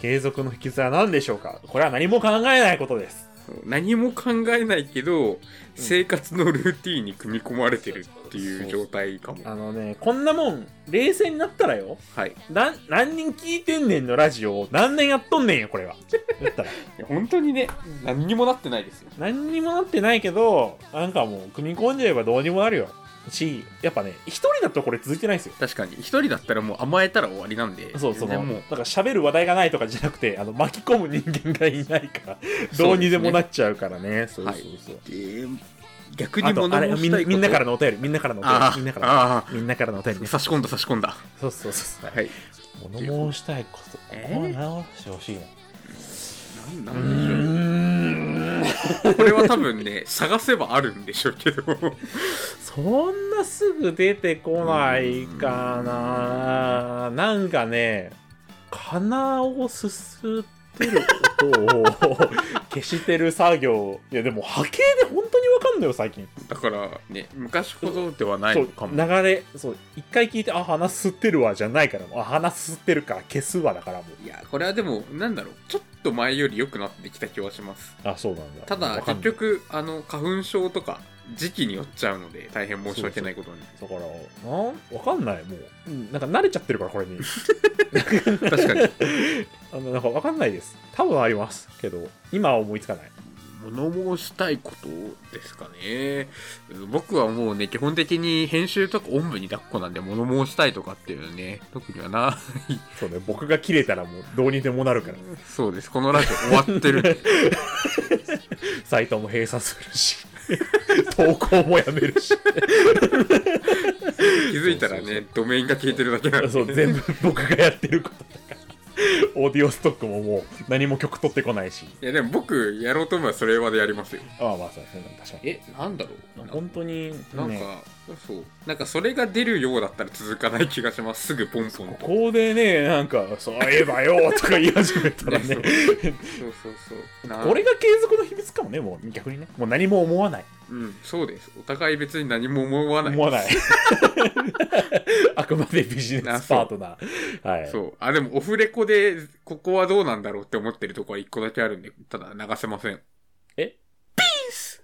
[SPEAKER 1] 継続の秘訣は何でしょうかこれは何も考えないことです。
[SPEAKER 2] 何も考えないけど、生活のルーティンに組み込まれてるっていう状態かも。
[SPEAKER 1] あのね、こんなもん、冷静になったらよ、
[SPEAKER 2] はい。い
[SPEAKER 1] なん何人聞いてんねんのラジオを何年やっとんねんよ、これは。だ
[SPEAKER 2] [LAUGHS]
[SPEAKER 1] ったら。
[SPEAKER 2] や本当にね、何にもなってないですよ。
[SPEAKER 1] 何にもなってないけど、なんかもう、組み込んじゃえばどうにもなるよ。し、やっぱね、一人だとこれ続いてないんですよ。
[SPEAKER 2] 確かに。一人だったらもう甘えたら終わりなんで。
[SPEAKER 1] そう、その、
[SPEAKER 2] 全然も
[SPEAKER 1] だ
[SPEAKER 2] う
[SPEAKER 1] から喋る話題がないとかじゃなくて、あの、巻き込む人間がいないから、
[SPEAKER 2] そうですね
[SPEAKER 1] どうにでもなっちゃうからね。そうそうそう。
[SPEAKER 2] で逆に
[SPEAKER 1] あと、
[SPEAKER 2] 物
[SPEAKER 1] あれ
[SPEAKER 2] 申
[SPEAKER 1] み
[SPEAKER 2] し
[SPEAKER 1] ん
[SPEAKER 2] たいこと
[SPEAKER 1] みんなからのお便り、みんなからのお便
[SPEAKER 2] あ
[SPEAKER 1] り、み
[SPEAKER 2] ー
[SPEAKER 1] んなからの、
[SPEAKER 2] あ
[SPEAKER 1] みんなからのお便り
[SPEAKER 2] ー
[SPEAKER 1] ね。
[SPEAKER 2] 差し込んだ差し込んだ。
[SPEAKER 1] そうそうそう。
[SPEAKER 2] はい。
[SPEAKER 1] 物申したいこと、
[SPEAKER 2] えー
[SPEAKER 1] ここを直してほしいな。
[SPEAKER 2] なんな
[SPEAKER 1] うん
[SPEAKER 2] でし
[SPEAKER 1] ーん
[SPEAKER 2] ょう。これは多分ね、探せばあるんでしょうけど。 [LAUGHS]
[SPEAKER 1] そんなすぐ出てこないかななんかね鼻をすすってる音を消してる作業いやでも波形で本当にわかんないよ最近、
[SPEAKER 2] だからね、昔ほどではない
[SPEAKER 1] そ
[SPEAKER 2] の
[SPEAKER 1] う
[SPEAKER 2] かも。
[SPEAKER 1] 流れそう一回聞いてあ鼻すってるわじゃないからもうあ鼻すってるか消すわだからもう
[SPEAKER 2] いや、これはでも、なんだろう、ちょっと前より良くなってきた気はします。
[SPEAKER 1] あそうなんだ
[SPEAKER 2] ただ
[SPEAKER 1] わ、かんない
[SPEAKER 2] 結局、あの、花粉症とか、時期によっちゃうので、大変申し訳ないことに。
[SPEAKER 1] だからなんわかんないもう、うんなんか慣れちゃってるからこれに
[SPEAKER 2] 確かに。
[SPEAKER 1] あのなんかわかんないです多分ありますけど今は思いつかない
[SPEAKER 2] 物申したいことですかね。僕はもうね、基本的に編集とかおんぶに抱っこなんで、物申したいとかっていうのはね、特にはな、
[SPEAKER 1] そうね、僕が切れたらもうどうにでもなるから。
[SPEAKER 2] そうです。このラジオ終わってる。
[SPEAKER 1] サイトも閉鎖するし、 [LAUGHS] 投稿もやめる
[SPEAKER 2] [LAUGHS]
[SPEAKER 1] し、
[SPEAKER 2] [LAUGHS] 気づいたら
[SPEAKER 1] そうそう
[SPEAKER 2] ね、ドメインが消えてるだけなん
[SPEAKER 1] そう
[SPEAKER 2] で。
[SPEAKER 1] 全部僕がやってることだから。オーディオストックももう何も曲取ってこないし。
[SPEAKER 2] いや、でも僕、やろうと思えばそれまでやりますよ。
[SPEAKER 1] ああまあそうですね、確かに。
[SPEAKER 2] え、なんだろう
[SPEAKER 1] 本当に、
[SPEAKER 2] なん
[SPEAKER 1] ね
[SPEAKER 2] か、そう。なんかそれが出るようだったら続かない気がします。すぐポンポンと。
[SPEAKER 1] ここでね、なんか、そういえばよとか言い始めたらね
[SPEAKER 2] ね、 [LAUGHS] そうそうそう。な
[SPEAKER 1] これが継続の秘密かもね、もう逆にね。もう何も思わない。
[SPEAKER 2] うん、そうです。お互い別に何も思わない。
[SPEAKER 1] 思わ
[SPEAKER 2] [LAUGHS]
[SPEAKER 1] ない。あくまでビジネスパートナー。はい。
[SPEAKER 2] そう。あ、でもオフレコで、ここはどうなんだろうって思ってるとこは一個だけあるんで、ただ流せません。
[SPEAKER 1] え
[SPEAKER 2] ピース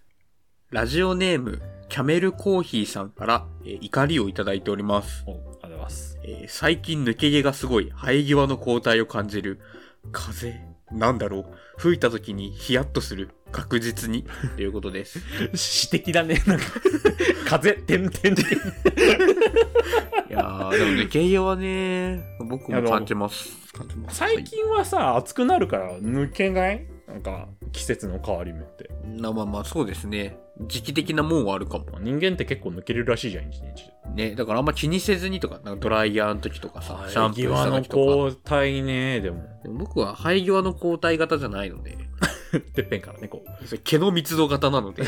[SPEAKER 2] ラジオネーム、キャメルコーヒーさんから、えー怒りをいただいております。
[SPEAKER 1] おありがとうございます。
[SPEAKER 2] えー最近抜け毛がすごい生え際の交代を感じる風なんだろう吹いた時にヒヤッとする確実にということです
[SPEAKER 1] 詩的だね。なんか、風、てんてんてん。
[SPEAKER 2] いやーでも [LAUGHS] 抜け毛はね僕も感じます感じます
[SPEAKER 1] 最近はさ、暑くなるから抜けないなんか、季節の変わり目って。
[SPEAKER 2] はいなまあまあそうですね時期的なもんはあるかも
[SPEAKER 1] 人間って結構抜けるらしいじゃん、一日で。
[SPEAKER 2] ねだからあんま気にせずにとかなんかドライヤーの時とかさシャンプーした
[SPEAKER 1] の
[SPEAKER 2] 時とか
[SPEAKER 1] 交代ね、でも。
[SPEAKER 2] でも僕は生え際の交代型じゃな
[SPEAKER 1] [LAUGHS]
[SPEAKER 2] いので
[SPEAKER 1] てっぺんからね、こう。
[SPEAKER 2] それ毛の密度型なので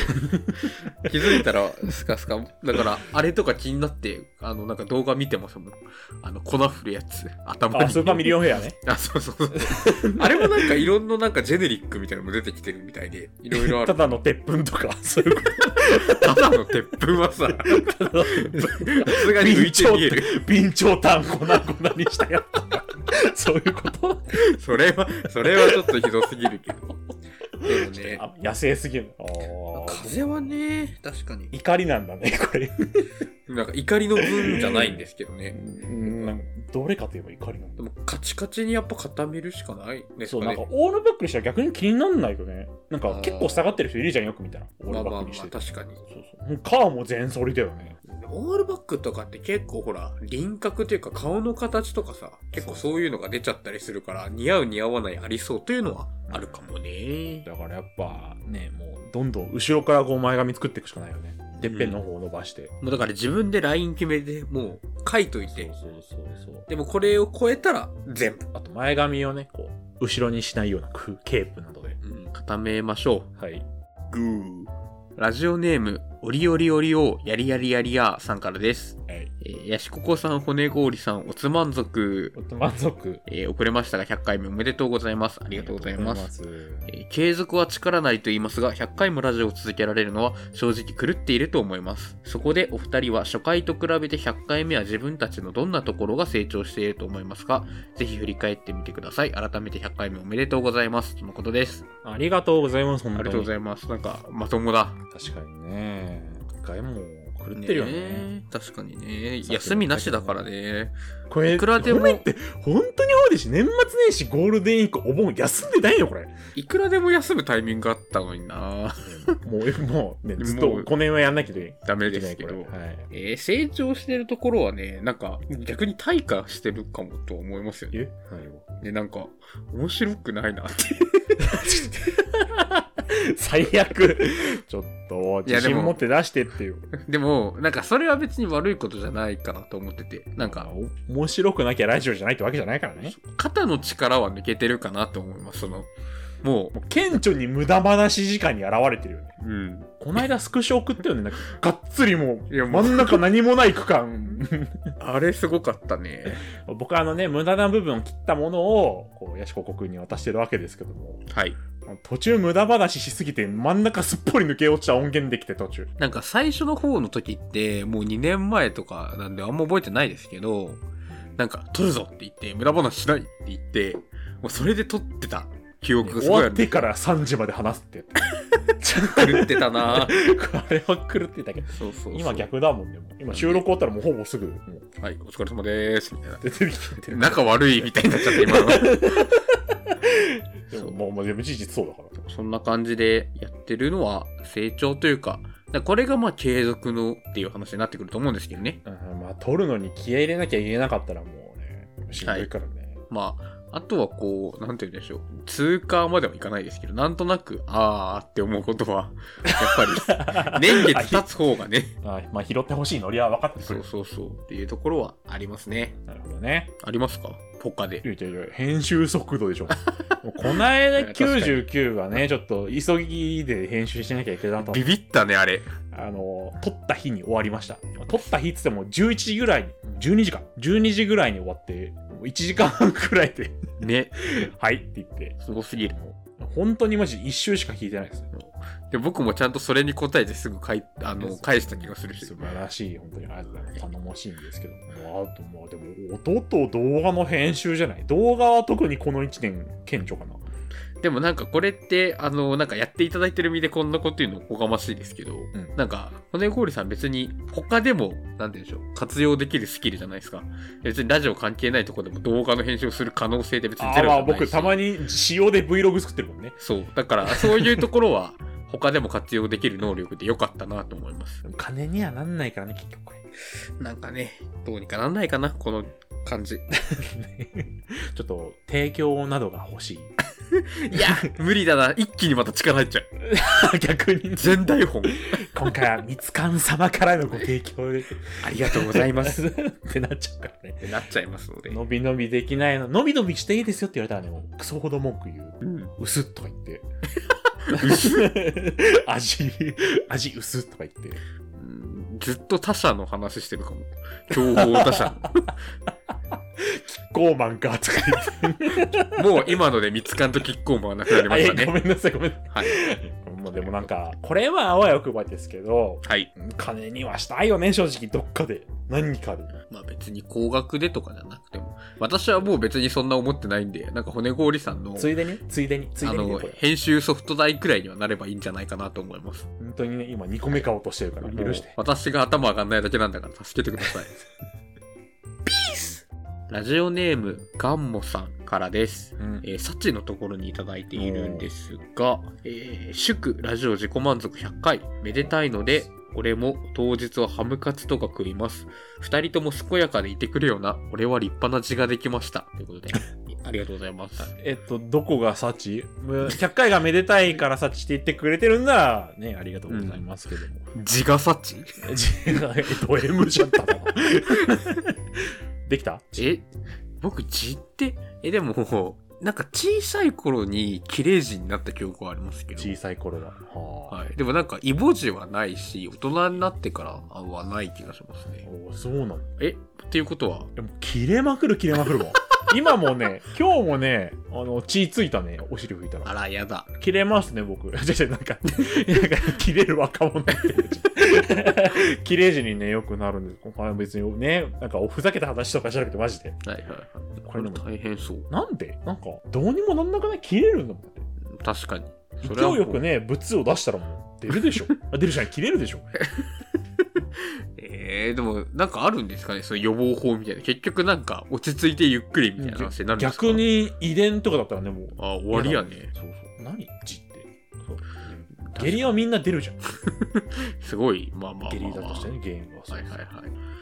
[SPEAKER 2] 気づいたらスカスカだからあれとか気になってあのなんか動画見てますもんあの粉振るやつ頭に
[SPEAKER 1] あ、スーパーミリオンヘアね。
[SPEAKER 2] あそうそうそうあれもなんかいろんななんかジェネリックみたいなのも出てきてるみたいでいろいろあ
[SPEAKER 1] た
[SPEAKER 2] る
[SPEAKER 1] だの鉄粉とか、そういうこ
[SPEAKER 2] ただの鉄粉は [LAUGHS] さ
[SPEAKER 1] とだ。
[SPEAKER 2] さすがに浮いて見える
[SPEAKER 1] 備長炭粉々にしたやつとか。そういうこと
[SPEAKER 2] それはそれはちょっとひどすぎるけどでもね
[SPEAKER 1] あ野生すぎる。あー
[SPEAKER 2] 風はね確かに
[SPEAKER 1] 怒りなんだね、これ。
[SPEAKER 2] なんか怒りの分じゃないんですけどね
[SPEAKER 1] うんなんかどれかといえば怒りなんだ
[SPEAKER 2] でもカチカチにやっぱ固めるしかないです
[SPEAKER 1] そ
[SPEAKER 2] か
[SPEAKER 1] う、
[SPEAKER 2] ね
[SPEAKER 1] なんかオールバックにしたら逆に気になんないよね。なん
[SPEAKER 2] あ
[SPEAKER 1] か
[SPEAKER 2] ー
[SPEAKER 1] 結構下がってる人いるじゃん、よく見たら。オー
[SPEAKER 2] まあ
[SPEAKER 1] ル
[SPEAKER 2] ま
[SPEAKER 1] バ
[SPEAKER 2] あ
[SPEAKER 1] ック
[SPEAKER 2] まあ
[SPEAKER 1] にしてて。
[SPEAKER 2] 確かに
[SPEAKER 1] そうそう。もうカーも全反りだよね。
[SPEAKER 2] オールバックとかって結構ほら輪郭というか顔の形とかさ結構そういうのが出ちゃったりするから似合う似合わないありそうというのはあるかもね
[SPEAKER 1] だからやっぱね、もうどんどん後ろからこう前髪作っていくしかないよね。てっぺんの方を伸ばして。
[SPEAKER 2] もうだから自分でライン決めてもう書いといて
[SPEAKER 1] そうそうそう。
[SPEAKER 2] でもこれを超えたら全部、
[SPEAKER 1] あと前髪をね、こう、後ろにしないような工夫ケープなどで。
[SPEAKER 2] うん、固めましょ
[SPEAKER 1] はい。
[SPEAKER 2] グー。ラジオネーム、オリオリオリオ、やりやりやりやさんからです。
[SPEAKER 1] はい。
[SPEAKER 2] えー、ヤシココさん、骨氷さん、おつ満足。
[SPEAKER 1] おっと満足。
[SPEAKER 2] えー遅れましたが100回目おめでとうございます。ありがとうございます。
[SPEAKER 1] ありがとうございます。
[SPEAKER 2] えー継続は力ないと言いますが、100回もラジオを続けられるのは正直狂っていると思います。そこでお二人は初回と比べて100回目は自分たちのどんなところが成長していると思いますかぜひ振り返ってみてください。改めて100回目おめでとうございます。とのことです。
[SPEAKER 1] ありがとうございます、
[SPEAKER 2] あ
[SPEAKER 1] 本当
[SPEAKER 2] りが
[SPEAKER 1] に。
[SPEAKER 2] とうございます。なんか、まともだ。
[SPEAKER 1] 確かにね。一回も狂ってるよね。
[SPEAKER 2] え確かにね。休みなしだからね。
[SPEAKER 1] これ、
[SPEAKER 2] いくらでも
[SPEAKER 1] これって、本当に多いですし、年末年始、ゴールデンウィーク、お盆休んでないよ、これ。
[SPEAKER 2] いくらでも休むタイミングあったのにな。 [LAUGHS]
[SPEAKER 1] もう、もう、ね、ずっ
[SPEAKER 2] も
[SPEAKER 1] と
[SPEAKER 2] う
[SPEAKER 1] 5年はやんなきゃいけ
[SPEAKER 2] ダメ
[SPEAKER 1] ない。
[SPEAKER 2] ですけど。
[SPEAKER 1] これはい。
[SPEAKER 2] えー成長してるところはね、なんか逆に退化してるかもと思いますよね。
[SPEAKER 1] え [LAUGHS] 何を
[SPEAKER 2] で、なんか面白くない [LAUGHS] なって。
[SPEAKER 1] 最悪。ちょっと、
[SPEAKER 2] いや
[SPEAKER 1] 自
[SPEAKER 2] でも
[SPEAKER 1] 信持って出してっていう。
[SPEAKER 2] でも、なんかそれは別に悪いことじゃないかなと思ってて、なんか
[SPEAKER 1] お面白くなきゃラジオじゃないってわけじゃないからね。
[SPEAKER 2] 肩の力は抜けてるかなと思います。その、
[SPEAKER 1] も
[SPEAKER 2] も
[SPEAKER 1] う顕著に無駄話時間に現れて [LAUGHS] るよね。
[SPEAKER 2] う、うん。
[SPEAKER 1] この間スクショ送ったよね。なんか、がっつりもう、
[SPEAKER 2] いやもう
[SPEAKER 1] 真ん
[SPEAKER 2] [LAUGHS]
[SPEAKER 1] 中何もない区間。
[SPEAKER 2] あれすごかったね。
[SPEAKER 1] 僕はあのね、無駄な部分を切ったものを、こう、ヤシココ君に渡してるわけですけども、
[SPEAKER 2] はい。
[SPEAKER 1] 途中無駄話しすぎて、真ん中すっぽり抜け落ちた音源できて途中。
[SPEAKER 2] なんか最初の方の時って、もう2年前とかなんであんま覚えてないですけど、なんか撮るぞって言って、無駄話しないって言って、もうそれで撮ってた記憶がす
[SPEAKER 1] 終
[SPEAKER 2] ごいあ
[SPEAKER 1] わっ
[SPEAKER 2] るんですよ
[SPEAKER 1] てから3時まで話すってや
[SPEAKER 2] 狂ってたな
[SPEAKER 1] つ。これは狂ってたけど。
[SPEAKER 2] [LAUGHS] そうそうそう
[SPEAKER 1] 今逆だもんね。今収録終わったらもうほぼすぐ、もう
[SPEAKER 2] はいお疲れ様でーすみ [LAUGHS] たいな
[SPEAKER 1] 出てきてる。
[SPEAKER 2] 仲悪いみたいになっちゃった今の
[SPEAKER 1] でももう、もうでも事実そうだから。
[SPEAKER 2] [LAUGHS] そんな感じでやってるのは成長というかだからこれがまあ継続のっていう話になってくると思うんですけどね
[SPEAKER 1] うんまあ、取るのに気合い入れなきゃいけなかったらもうね、しんどいからね。
[SPEAKER 2] まああとはこうなんて言うんでしょう通過まではいかないですけどなんとなくあーって思うことはやっ
[SPEAKER 1] [LAUGHS]
[SPEAKER 2] ぱり年月経つ方がね
[SPEAKER 1] あまあ、拾ってほしいノリは分かってく
[SPEAKER 2] そ
[SPEAKER 1] る
[SPEAKER 2] う。そうそうっていうところはありますね
[SPEAKER 1] なるほどね。
[SPEAKER 2] ありますかポカで
[SPEAKER 1] いやいやいや編集速度でし
[SPEAKER 2] [LAUGHS]
[SPEAKER 1] ょ。もうこないだ99がね、ちょっと急ぎで編集しなきゃいけなかった
[SPEAKER 2] ビビったねあれ
[SPEAKER 1] あの、撮った日に終わりました。撮った日っつっても11時ぐらいに、12時か、12時ぐらいに終わって、もう1時間半くらいで、 [LAUGHS]
[SPEAKER 2] ね
[SPEAKER 1] はいって言って、
[SPEAKER 2] すごすぎる
[SPEAKER 1] 本当にマジ1周しか聞いてないですね。
[SPEAKER 2] で僕もちゃんとそれに答えてすぐかいあ
[SPEAKER 1] そ
[SPEAKER 2] の
[SPEAKER 1] う
[SPEAKER 2] 返した気がするし
[SPEAKER 1] 素晴らしい、本当にありがとうございます頼もしいんですけども、あともう、でも、音と動画の編集じゃない。動画は特にこの1年、顕著かな。
[SPEAKER 2] でもなんかこれってあのなんかやっていただいてる身でこんなこと言うのおこがましいですけど、
[SPEAKER 1] ん
[SPEAKER 2] なんか骨氷さん別に他でもなんて言うんでしょう活用できるスキルじゃないですか別にラジオ関係ないとこでも動画の編集をする可能性って別に
[SPEAKER 1] あ
[SPEAKER 2] ゼ
[SPEAKER 1] ー
[SPEAKER 2] ロ
[SPEAKER 1] ま
[SPEAKER 2] じゃ
[SPEAKER 1] あ、
[SPEAKER 2] ないし
[SPEAKER 1] 僕、たまに仕様で Vlog 作ってるもんね。
[SPEAKER 2] そうだからそういうところは他でも活用できる能力で良かったなと思います
[SPEAKER 1] でも金にはなんないからね、結局これ。 [LAUGHS]
[SPEAKER 2] なんかねどうにかなんないかなこの感じ
[SPEAKER 1] ちょっと、提供などが欲
[SPEAKER 2] [LAUGHS]
[SPEAKER 1] しい。
[SPEAKER 2] いや無理だな一気にまた力入っちゃう
[SPEAKER 1] 逆に、
[SPEAKER 2] 全台本
[SPEAKER 1] 今回は三つ勘様からのご提供で
[SPEAKER 2] ありがとうございます
[SPEAKER 1] すってなっちゃうからね
[SPEAKER 2] ってなっちゃいますの
[SPEAKER 1] [LAUGHS]
[SPEAKER 2] で。
[SPEAKER 1] 伸び伸びできないの伸び伸びしていいですよって言われたらねもうクソほど文句言う
[SPEAKER 2] うん。
[SPEAKER 1] 薄っとか言って [LAUGHS]
[SPEAKER 2] 薄
[SPEAKER 1] 味味薄っとか言って
[SPEAKER 2] ずっと他社の話してるかも。競合
[SPEAKER 1] [LAUGHS]
[SPEAKER 2] 他社
[SPEAKER 1] ゴーマンかとか言って
[SPEAKER 2] の。もう今ので三つ勘とキッコーマンはなくなりま
[SPEAKER 1] あい
[SPEAKER 2] し
[SPEAKER 1] や
[SPEAKER 2] た
[SPEAKER 1] ご
[SPEAKER 2] ね。
[SPEAKER 1] めんなさいごめんなさ
[SPEAKER 2] はい。
[SPEAKER 1] いもうでもなんかこれはあわよくばですけど
[SPEAKER 2] はい。
[SPEAKER 1] 金にはしたいよね正直どっかで何かで
[SPEAKER 2] まあ別に高額でとかじゃなくても。私はもう別にそんな思ってないんで、なんか骨氷さんの、
[SPEAKER 1] ついでについでについ
[SPEAKER 2] あ
[SPEAKER 1] でにね
[SPEAKER 2] の
[SPEAKER 1] これ、
[SPEAKER 2] 編集ソフト代くらいにはなればいいんじゃないかなと思います。
[SPEAKER 1] 本当にね今2個目買おうとしてるから許して
[SPEAKER 2] もう私が頭上がんないだけなんだから助けてください。ピースラジオネーム、ガンモさんからです。
[SPEAKER 1] うん
[SPEAKER 2] えー、サチのところにいただいているんですが、えー祝ラジオ自己満足100回めでたいので俺も当日はハムカツとか食います二人とも健やかでいてくれよな俺は立派な字ができましたということでありがとうございます
[SPEAKER 1] えっと、どこが幸む ?100 回がめでたいから幸って言ってくれてるんなら、ね、ありがとうございますけども。
[SPEAKER 2] 字がサチ
[SPEAKER 1] じえっと、M じゃったな。できた
[SPEAKER 2] え僕字ってえでもなんか小さい頃に綺麗人になった記憶はありますけど。
[SPEAKER 1] 小さい頃は。はあ
[SPEAKER 2] はい。でもなんか、イボ痔はないし、大人になってからはない気がしますね。
[SPEAKER 1] おーそうなの。
[SPEAKER 2] えっていうことは、
[SPEAKER 1] でも、切れまくる、切れまくるもん。 [LAUGHS] 今もね、今日もね、あの、血ついたね、お尻拭いた
[SPEAKER 2] あ
[SPEAKER 1] ら。
[SPEAKER 2] ら、やだ。
[SPEAKER 1] 切れますね、僕。 [LAUGHS] じゃじゃなんか、なんか、切れる若者みたいな。 [LAUGHS] 切れ字にね、よくなるんです。これは別にね、なんか、おふざけた話とかじゃなくて、マジで。
[SPEAKER 2] はいはいはい。
[SPEAKER 1] こ
[SPEAKER 2] こ
[SPEAKER 1] れ
[SPEAKER 2] れ
[SPEAKER 1] でも、
[SPEAKER 2] 大変そう。
[SPEAKER 1] なんでなんか、どうにもなんなくない切れるんだもん。
[SPEAKER 2] 確かに。それ
[SPEAKER 1] 勢
[SPEAKER 2] はい
[SPEAKER 1] よくね、物を出したらもう、出るでし
[SPEAKER 2] [LAUGHS]
[SPEAKER 1] ょ。あ出るじゃん、切れるでしょ。
[SPEAKER 2] えー、でも、なんかあるんですかねそういう予防法みたいな。結局なんか、落ち着いてゆっくりみたいな話になるんですか
[SPEAKER 1] 逆。に遺伝とかだったらね、もう。
[SPEAKER 2] あ、終わりやね。
[SPEAKER 1] そうそう。何字って。そう。下痢はみんな出るじゃん。
[SPEAKER 2] すごい、まあまあ
[SPEAKER 1] 下
[SPEAKER 2] ま
[SPEAKER 1] 痢
[SPEAKER 2] あ、
[SPEAKER 1] だ
[SPEAKER 2] ま
[SPEAKER 1] として
[SPEAKER 2] あ。
[SPEAKER 1] ね、原因は。そう
[SPEAKER 2] はい
[SPEAKER 1] そう
[SPEAKER 2] はいはい。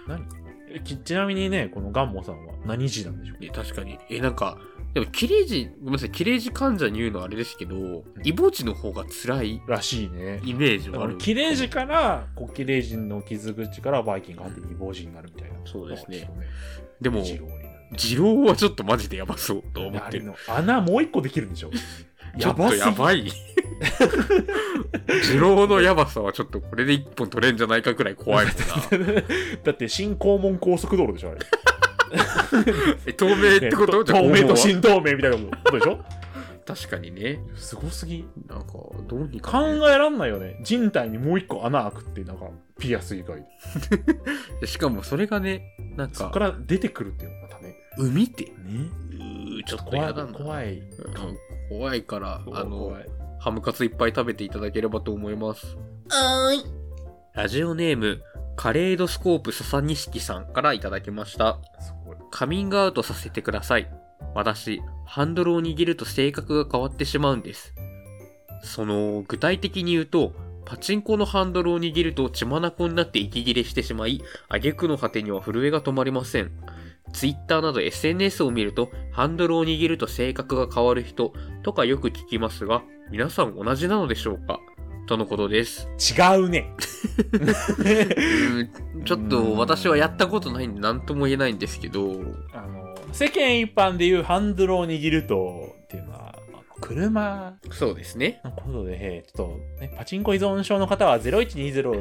[SPEAKER 1] 何えきちなみにね、このガンモさんは何字なんでしょう
[SPEAKER 2] ね、確かに。え、なんか、でも、切れ字、ごめんなさい、切れ字患者に言うのはあれですけど、イボ痔の方が辛い
[SPEAKER 1] らしいね。
[SPEAKER 2] イメージ
[SPEAKER 1] だ
[SPEAKER 2] は
[SPEAKER 1] か
[SPEAKER 2] あ
[SPEAKER 1] ら、
[SPEAKER 2] る。
[SPEAKER 1] 綺麗字から、こう、綺麗人の傷口からバイキンがあって、異防人になるみたいな。
[SPEAKER 2] そうですね
[SPEAKER 1] で
[SPEAKER 2] でも、
[SPEAKER 1] 二郎になる。
[SPEAKER 2] 二郎はちょっとマジでやばそうと思
[SPEAKER 1] あ
[SPEAKER 2] っ
[SPEAKER 1] れ
[SPEAKER 2] てる。
[SPEAKER 1] の穴もう一個できるんでしょ
[SPEAKER 2] ちょ
[SPEAKER 1] や
[SPEAKER 2] っ
[SPEAKER 1] ば
[SPEAKER 2] と
[SPEAKER 1] すぎ
[SPEAKER 2] やばい。二郎のやばさはちょっとこれで一本取れんじゃないかくらい怖い [LAUGHS] もんな。
[SPEAKER 1] [LAUGHS] だって新肛門高速道路で
[SPEAKER 2] [LAUGHS]
[SPEAKER 1] しょあれ。
[SPEAKER 2] え透明ってことじゃあ
[SPEAKER 1] 透明と
[SPEAKER 2] 今後
[SPEAKER 1] 新透明みたいなことでしょ
[SPEAKER 2] は確かにね。
[SPEAKER 1] すごすぎ。
[SPEAKER 2] なんか、どうに
[SPEAKER 1] 考
[SPEAKER 2] かね、
[SPEAKER 1] えらんないよね。人体にもう一個穴開くって、なんか、ピアス以外。
[SPEAKER 2] しかもそれがね、なん
[SPEAKER 1] そ
[SPEAKER 2] か、
[SPEAKER 1] っから出てくるっていうのがまたね。
[SPEAKER 2] 海って。
[SPEAKER 1] ね。
[SPEAKER 2] うーちょっと
[SPEAKER 1] 怖
[SPEAKER 2] や
[SPEAKER 1] い
[SPEAKER 2] だな。
[SPEAKER 1] 怖
[SPEAKER 2] い。
[SPEAKER 1] い。
[SPEAKER 2] 怖いから、あの
[SPEAKER 1] 怖、い
[SPEAKER 2] ハムカツいっぱい食べていただければと思います。はーい。ラジオネーム、カレードスコープ笹錦さんからいただきました。
[SPEAKER 1] すごい。
[SPEAKER 2] カミングアウトさせてください。私、ハンドルを握ると性格が変わってしまうんです。その、具体的に言うと、パチンコのハンドルを握ると血まなこになって息切れしてしまい、挙句の果てには震えが止まりません。Twitter など SNS を見ると、ハンドルを握ると性格が変わる人とかよく聞きますが、皆さん同じなのでしょうかとのことです。
[SPEAKER 1] 違う
[SPEAKER 2] [LAUGHS]
[SPEAKER 1] ね。
[SPEAKER 2] うーんちょっと私はやったことないんで何とも言えないんですけど、
[SPEAKER 1] あの、世間一般でいうハンドルを握ると、っていうのは、あの車
[SPEAKER 2] そうですね。
[SPEAKER 1] のことで、ちょっと、ね、パチンコ依存症の方は0120-68370をまでちょっとお電話い
[SPEAKER 2] [LAUGHS] もしかし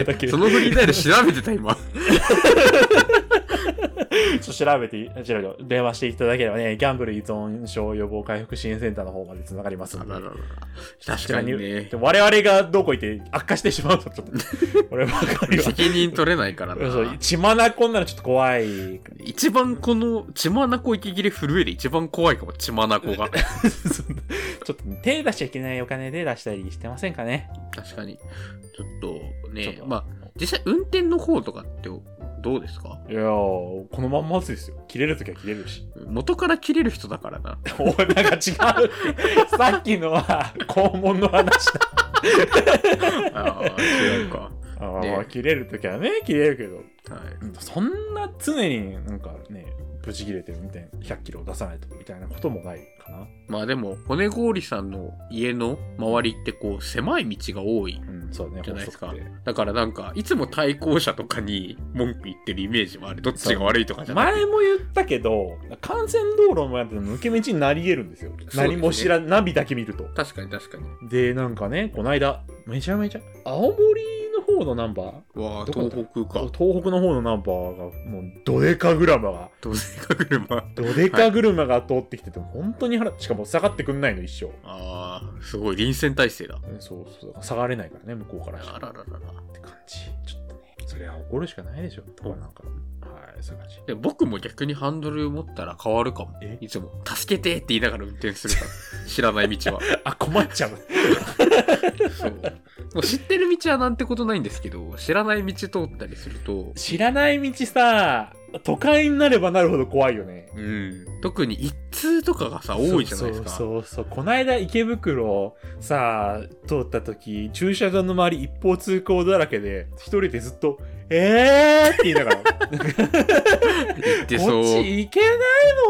[SPEAKER 1] ただけ
[SPEAKER 2] て、
[SPEAKER 1] る
[SPEAKER 2] そ
[SPEAKER 1] と
[SPEAKER 2] のフリーダイヤル調べて
[SPEAKER 1] [LAUGHS]
[SPEAKER 2] た今。
[SPEAKER 1] ちょっと調べて、調べて、電話していただければね、ギャンブル依存症予防回復支援センターの方まで繋がりますので。
[SPEAKER 2] 確かにね
[SPEAKER 1] で。も我々がどこ行って悪化してしまうと、
[SPEAKER 2] [LAUGHS]
[SPEAKER 1] ちょっと、俺ばかりは。
[SPEAKER 2] 責任取れないからな。
[SPEAKER 1] そう、血まなこんなのちょっと怖い。
[SPEAKER 2] 一番この、血まなこ息切れ震えで一番怖いかも、血まなこ
[SPEAKER 1] [LAUGHS]
[SPEAKER 2] が。
[SPEAKER 1] ちょっと手出しちゃいけないお金で出したりしてませんかね。
[SPEAKER 2] 確かに。ちょっと
[SPEAKER 1] ち
[SPEAKER 2] ね
[SPEAKER 1] ょっ、と
[SPEAKER 2] まあ、実際運転の方とかってどうですか
[SPEAKER 1] いやー、このまんまずいですよ。切れるときは切れるし。
[SPEAKER 2] 元から切れる人だから
[SPEAKER 1] [LAUGHS]
[SPEAKER 2] な。
[SPEAKER 1] おい、なんか違うって。さっきのは、肛門の話だ。
[SPEAKER 2] ああ、違うか。
[SPEAKER 1] あー
[SPEAKER 2] ね
[SPEAKER 1] 切れるときはね、切れるけど。
[SPEAKER 2] はい。
[SPEAKER 1] うんそんな常になんかね、ブチ切れて運転100キロ出さないとみたいなこともないかな。
[SPEAKER 2] まあでも、骨氷さんの家の周りってこう、狭い道が多い
[SPEAKER 1] うん、そうね、
[SPEAKER 2] じゃないですか
[SPEAKER 1] 細くて。
[SPEAKER 2] だからなんか、いつも対向車とかに文句言ってるイメージもある。どっちが悪いとかじゃなくて
[SPEAKER 1] 前も言ったけど、幹線道路もやって抜け道になり得るんですよ。
[SPEAKER 2] すね
[SPEAKER 1] 何も知らん、ナビだけ見ると。
[SPEAKER 2] 確かに確かに。
[SPEAKER 1] で、なんかね、この間、めちゃめちゃ、青森の方のナンバー
[SPEAKER 2] わあ、
[SPEAKER 1] どこだ
[SPEAKER 2] 東北か。
[SPEAKER 1] 東北の方のナンバーが、もう、ドデカグラマが、
[SPEAKER 2] 東西か [LAUGHS] 車。
[SPEAKER 1] ドデカグルマが通ってきてて、本当に腹、しかも下がってくんないの、一生。
[SPEAKER 2] ああ、すごい臨戦態勢だ。
[SPEAKER 1] うんそうそう、下がれないからね、向こうからして
[SPEAKER 2] あらららら。
[SPEAKER 1] って感じ。ちょっとね、それは怒るしかないでしょ、とかなんか。はい、そういう感じ。
[SPEAKER 2] で僕も逆にハンドル持ったら変わるかも。
[SPEAKER 1] え
[SPEAKER 2] いつも、助けてって言いながら運転する
[SPEAKER 1] [LAUGHS]
[SPEAKER 2] から。知らない道は。
[SPEAKER 1] あ、困っちゃう。
[SPEAKER 2] そう。もう知ってる道はなんてことないんですけど、知らない道通ったりすると、
[SPEAKER 1] 知らない道さ、都会になればなるほど怖いよね。
[SPEAKER 2] うん。特に一通とかがさ、多いじゃないですか。
[SPEAKER 1] そうそうそうそうこの間池袋さ通った時駐車場の周り一方通行だらけで一人でずっと「えー!」って言いなが
[SPEAKER 2] [LAUGHS]
[SPEAKER 1] ら「こっ
[SPEAKER 2] 言って
[SPEAKER 1] ち
[SPEAKER 2] そう。
[SPEAKER 1] 行けない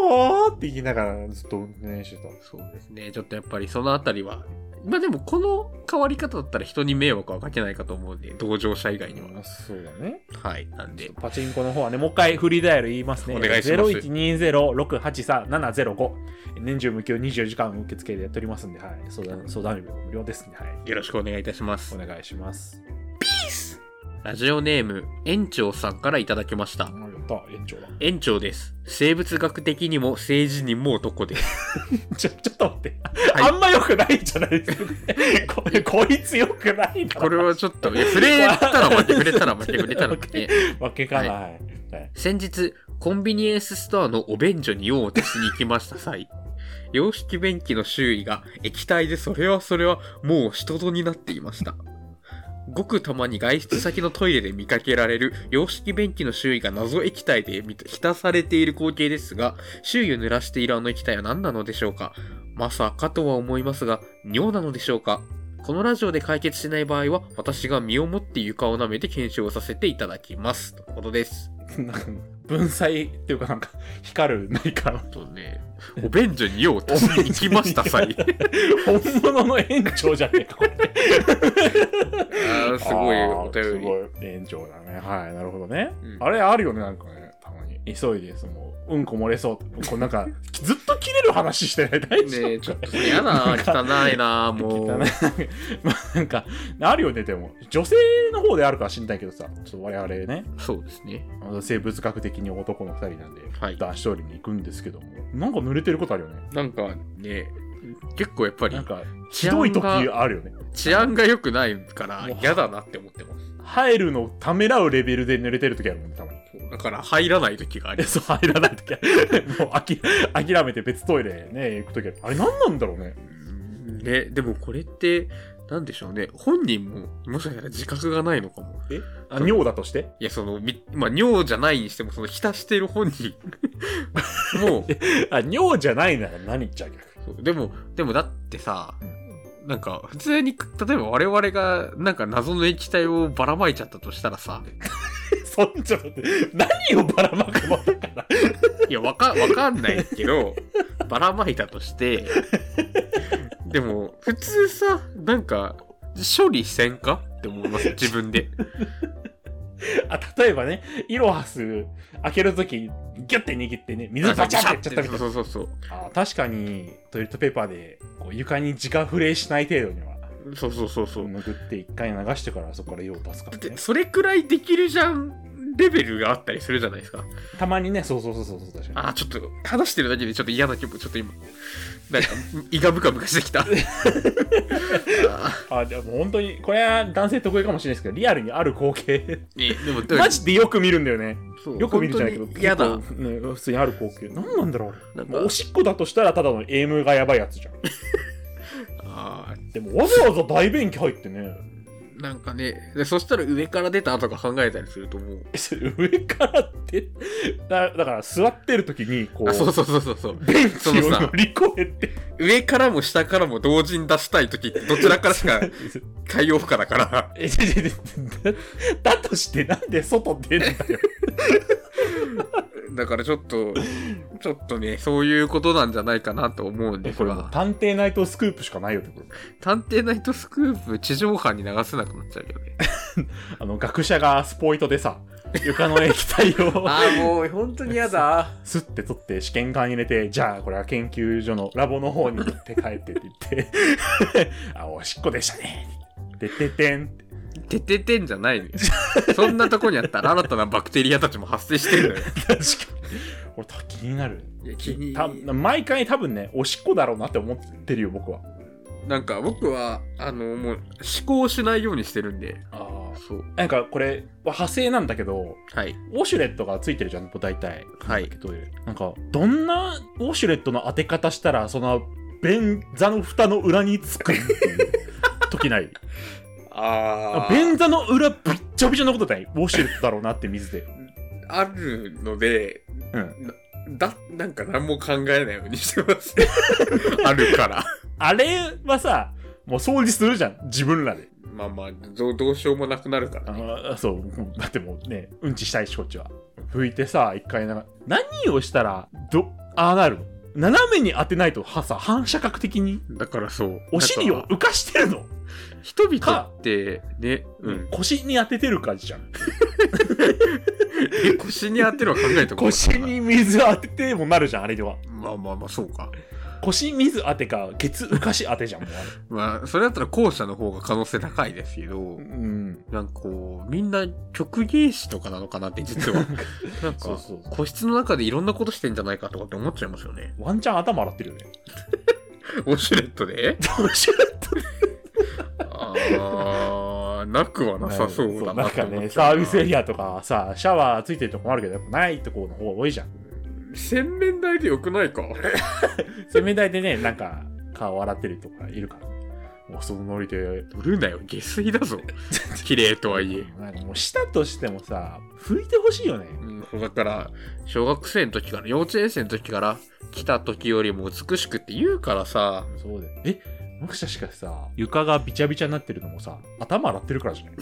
[SPEAKER 1] の?」って言いながらずっと運転してた
[SPEAKER 2] そうですね。ちょっとやっぱりそのあたりはまあでもこの変わり方だったら人に迷惑はかけないかと思うんで、同乗者以外には。
[SPEAKER 1] まあそうだね。
[SPEAKER 2] はい。なんで、
[SPEAKER 1] パチンコの方はね、もう一回フリーダイヤル言いますね。
[SPEAKER 2] お願いします
[SPEAKER 1] 0120-683-705。年中無休24時間受付でやっておりますんで、はい。相談、相談料無料ですね。はい。
[SPEAKER 2] よろしくお願いいたします
[SPEAKER 1] お。願いします。
[SPEAKER 2] ラジオネーム、園長さんからいただきまし
[SPEAKER 1] あ
[SPEAKER 2] た。
[SPEAKER 1] やった、園長だ。
[SPEAKER 2] 園長です。生物学的にも政治にも男です。
[SPEAKER 1] [LAUGHS] ちょ、ちょっと待って。
[SPEAKER 2] は
[SPEAKER 1] あ
[SPEAKER 2] い
[SPEAKER 1] んま良くないんじゃないですか、こ [LAUGHS] れ、こいつ良くないな。
[SPEAKER 2] これはちょっと、いや、触れたら負け、触れたら負け、触れたら負け。
[SPEAKER 1] わけかない。はい
[SPEAKER 2] 先日、コンビニエンスストアのお便所に用を足しに行きまし
[SPEAKER 1] [LAUGHS]
[SPEAKER 2] た際、洋式便器の周囲が液体でそれはそれはもう人とになっていました。ごくたまに外出先のトイレで見かけられる洋式便器の周囲が謎液体で浸されている光景ですが、周囲を濡らしているあの液体は何なのでしょうかまさかとは思いますが、尿なのでしょうかこのラジオで解決しない場合は、私が身をもって床を舐めて検証させていただきます。ということです。
[SPEAKER 1] なんか、文才っていうか、なんか、光る何かの
[SPEAKER 2] えっとね、お便所に用を足しに行きました際。
[SPEAKER 1] 本物の園長じゃねえか、これ
[SPEAKER 2] [LAUGHS] ああ、すごいお便り。
[SPEAKER 1] すごい園長だね。はい、なるほどね。
[SPEAKER 2] うん
[SPEAKER 1] あれ、あるよね、なんかね、たまに。急いで、その、うんこ漏れそう。こうなんか、ずっと切れる話してない。大丈夫
[SPEAKER 2] ねえ、ちょっとやだ [LAUGHS] な、汚いな、も
[SPEAKER 1] 汚
[SPEAKER 2] う。
[SPEAKER 1] い [LAUGHS] まあなんか、あるよね、でも。女性の方であるかは知んないけどさ、ちょっと我々ね、
[SPEAKER 2] そうですね。
[SPEAKER 1] あの生物学的に男の二人なんで、
[SPEAKER 2] はい
[SPEAKER 1] 男子トイレに行くんですけども、なんか濡れてることあるよね。
[SPEAKER 2] なんかね、結構やっぱり
[SPEAKER 1] なんか、ひ
[SPEAKER 2] 治
[SPEAKER 1] どい
[SPEAKER 2] 安
[SPEAKER 1] 時
[SPEAKER 2] が
[SPEAKER 1] あるよね。
[SPEAKER 2] 治安が良くないから
[SPEAKER 1] もう
[SPEAKER 2] 嫌だなって思ってます。
[SPEAKER 1] 入るのためらうレベルで濡れてる時あるもんね、たまに。
[SPEAKER 2] だから入らない時があり
[SPEAKER 1] え
[SPEAKER 2] ま
[SPEAKER 1] そ
[SPEAKER 2] す。
[SPEAKER 1] う、入らない時ある。もうあき、諦めて別トイレね、行く時ある。あれ何なんだろうね。
[SPEAKER 2] ね、でもこれって、なんでしょうね。本人も、もしかしたら自覚がないのかも。
[SPEAKER 1] あ尿だとして
[SPEAKER 2] いや、その、みまあ、尿じゃないにしても、その、浸してる本 [LAUGHS] 人もう、
[SPEAKER 1] あ、尿じゃないなら何じゃ逆。 [LAUGHS]
[SPEAKER 2] そうでも、でもだってさ、なんか、普通に、例えば我々が、なんか謎の液体をばらまいちゃったとしたらさ、
[SPEAKER 1] そんじゃ、何をばらまくのだから。
[SPEAKER 2] いや、わか、わかんないけ
[SPEAKER 1] [LAUGHS]
[SPEAKER 2] ど、ばらまいたとして、でも、普通さ、なんか、処理せんかって思います自分で。
[SPEAKER 1] あ例えばね、イロハス開けるとき、ギュッて握ってね、水バチャってやっちゃったみたい
[SPEAKER 2] そうそうそう。
[SPEAKER 1] な。あ確かに、トイレットペーパーでこう床に直触れしない程度には、
[SPEAKER 2] そうそうそうそう。
[SPEAKER 1] 拭って一回流してからそこから用を出すから
[SPEAKER 2] で
[SPEAKER 1] ね。
[SPEAKER 2] それくらいできるじゃんレベルがあったりするじゃないですか。
[SPEAKER 1] たまにね、そうそうそうそうそう、確か
[SPEAKER 2] あーちょっと、話してるだけでちょっと嫌な気分、ちょっと今、なんか、胃がブカブカし
[SPEAKER 1] [LAUGHS]
[SPEAKER 2] てきた。あー
[SPEAKER 1] に。あ、でも本当に、これは男性得意かもしれないですけど、リアルにある光景。
[SPEAKER 2] ね、でも、
[SPEAKER 1] マジでよく見るんだよね。
[SPEAKER 2] そう
[SPEAKER 1] よく見るじゃないけど
[SPEAKER 2] 本当、に嫌だ。
[SPEAKER 1] 結構ね、普通にある光景。何なんだろう。
[SPEAKER 2] なんか
[SPEAKER 1] もうおしっこだとしたらただのエイムがやばいやつじゃん。
[SPEAKER 2] あ
[SPEAKER 1] でもわざわざ大便器入ってね。
[SPEAKER 2] [LAUGHS] ーなんかねで、そしたら上から出たとか考えたりするともう、
[SPEAKER 1] 上からってだだから座ってる時にこう
[SPEAKER 2] あ、そうそうそうそうそう。
[SPEAKER 1] ベンチ
[SPEAKER 2] そ
[SPEAKER 1] を
[SPEAKER 2] のさ
[SPEAKER 1] 乗り越えて [LAUGHS]
[SPEAKER 2] 上からも下からも同時に出したいときって、どちらからしか海洋負荷だから。
[SPEAKER 1] えちょちょちょだだとしてなんで外出るんだよ
[SPEAKER 2] だからちょっと、ちょっとね、そういうことなんじゃないかなと思うん
[SPEAKER 1] え
[SPEAKER 2] です
[SPEAKER 1] これもう
[SPEAKER 2] が、
[SPEAKER 1] 探偵ナイトスクープしかないよってこれ
[SPEAKER 2] 探偵ナイトスクープ地上波に流せなくなっちゃうよね。
[SPEAKER 1] あの学者がスポイトでさ床の液体
[SPEAKER 2] [LAUGHS]
[SPEAKER 1] を
[SPEAKER 2] ああ、もう本当に嫌だ。
[SPEAKER 1] スッて取って試験管入れてじゃあこれは研究所のラボの方に持って帰ってって言って [LAUGHS] あおしっこでしたねてってってんって
[SPEAKER 2] てててんじゃないのよ。そんなとこにあったら新たなバクテリアたちも発生してるのよ。
[SPEAKER 1] 確かに俺た気になる [LAUGHS]
[SPEAKER 2] いや気に
[SPEAKER 1] た毎回多分ねおしっこだろうなって思ってるよ僕は
[SPEAKER 2] なんか僕は、あの、もう思考しないようにしてるんで。
[SPEAKER 1] あ
[SPEAKER 2] そう。
[SPEAKER 1] なんかこれは派生なんだけど
[SPEAKER 2] はい。
[SPEAKER 1] ウォシュレットがついてるじゃん大体
[SPEAKER 2] はい。
[SPEAKER 1] どういうなんかどんなウォシュレットの当て方したらその便座の蓋の裏につくっていう時ない
[SPEAKER 2] あ
[SPEAKER 1] 便座の裏びっちょびちょのことないウォシュレットだろうなって水で
[SPEAKER 2] あるので、
[SPEAKER 1] うん
[SPEAKER 2] だ、なんか何も考えないようにしてます。 [LAUGHS] あるから。
[SPEAKER 1] あれはさもう掃除するじゃん自分らで
[SPEAKER 2] まあまあどう、どうしようもなくなるからね。
[SPEAKER 1] ああそううんだってもうねうんちしたいしこっちは拭いてさ一回な何をしたらどああなるの斜めに当てないとはさ反射角的に
[SPEAKER 2] だからそう。
[SPEAKER 1] お尻
[SPEAKER 2] な
[SPEAKER 1] を
[SPEAKER 2] んか
[SPEAKER 1] 浮かしてるの、
[SPEAKER 2] 人々って、ね、う
[SPEAKER 1] うん
[SPEAKER 2] ん。、
[SPEAKER 1] 腰に当ててる感じじゃん
[SPEAKER 2] え腰に当てるは考えたことなかった
[SPEAKER 1] 腰。に水当ててもなるじゃんあれでは
[SPEAKER 2] まあまあまあ、そうか。
[SPEAKER 1] 腰水当てかケツ浮かし当てじゃんもうあれ
[SPEAKER 2] まあ、それだったら後者の方が可能性高いですけど
[SPEAKER 1] う、ん
[SPEAKER 2] なんかこう、みんな曲芸師とかなのかなって
[SPEAKER 1] [LAUGHS]
[SPEAKER 2] 実は。なんか、
[SPEAKER 1] そうそうそう
[SPEAKER 2] 個室の中でいろんなことしてんじゃないかとかって思っちゃいますよね。
[SPEAKER 1] ワンチャン頭洗ってるよ
[SPEAKER 2] [LAUGHS]
[SPEAKER 1] ね
[SPEAKER 2] ウォシュレットで
[SPEAKER 1] どうしよう
[SPEAKER 2] あー、なくはなさそう
[SPEAKER 1] な
[SPEAKER 2] だなんって
[SPEAKER 1] か
[SPEAKER 2] 思っ
[SPEAKER 1] ね
[SPEAKER 2] ちゃ
[SPEAKER 1] サ
[SPEAKER 2] う
[SPEAKER 1] ービスエ
[SPEAKER 2] な
[SPEAKER 1] リアとかさシャワーついてるとこもあるけどやっぱないとこの方が多いじゃん
[SPEAKER 2] 洗面台でよくないか
[SPEAKER 1] 洗面台でねなんか顔洗ってるとかいるからもうそのノリで
[SPEAKER 2] 乗るなよ、下水だ
[SPEAKER 1] [LAUGHS]
[SPEAKER 2] ぞ。綺麗とはいえ。
[SPEAKER 1] なんかもうしたとしてもさ拭いてほしいよね
[SPEAKER 2] うん、だから、小学生の時から、幼稚園生の時から、来た時よりも美しくって言うからさ、
[SPEAKER 1] そうだよえもしかしかしてさ床がびちゃびちゃになってるのもさ頭洗ってるからじゃない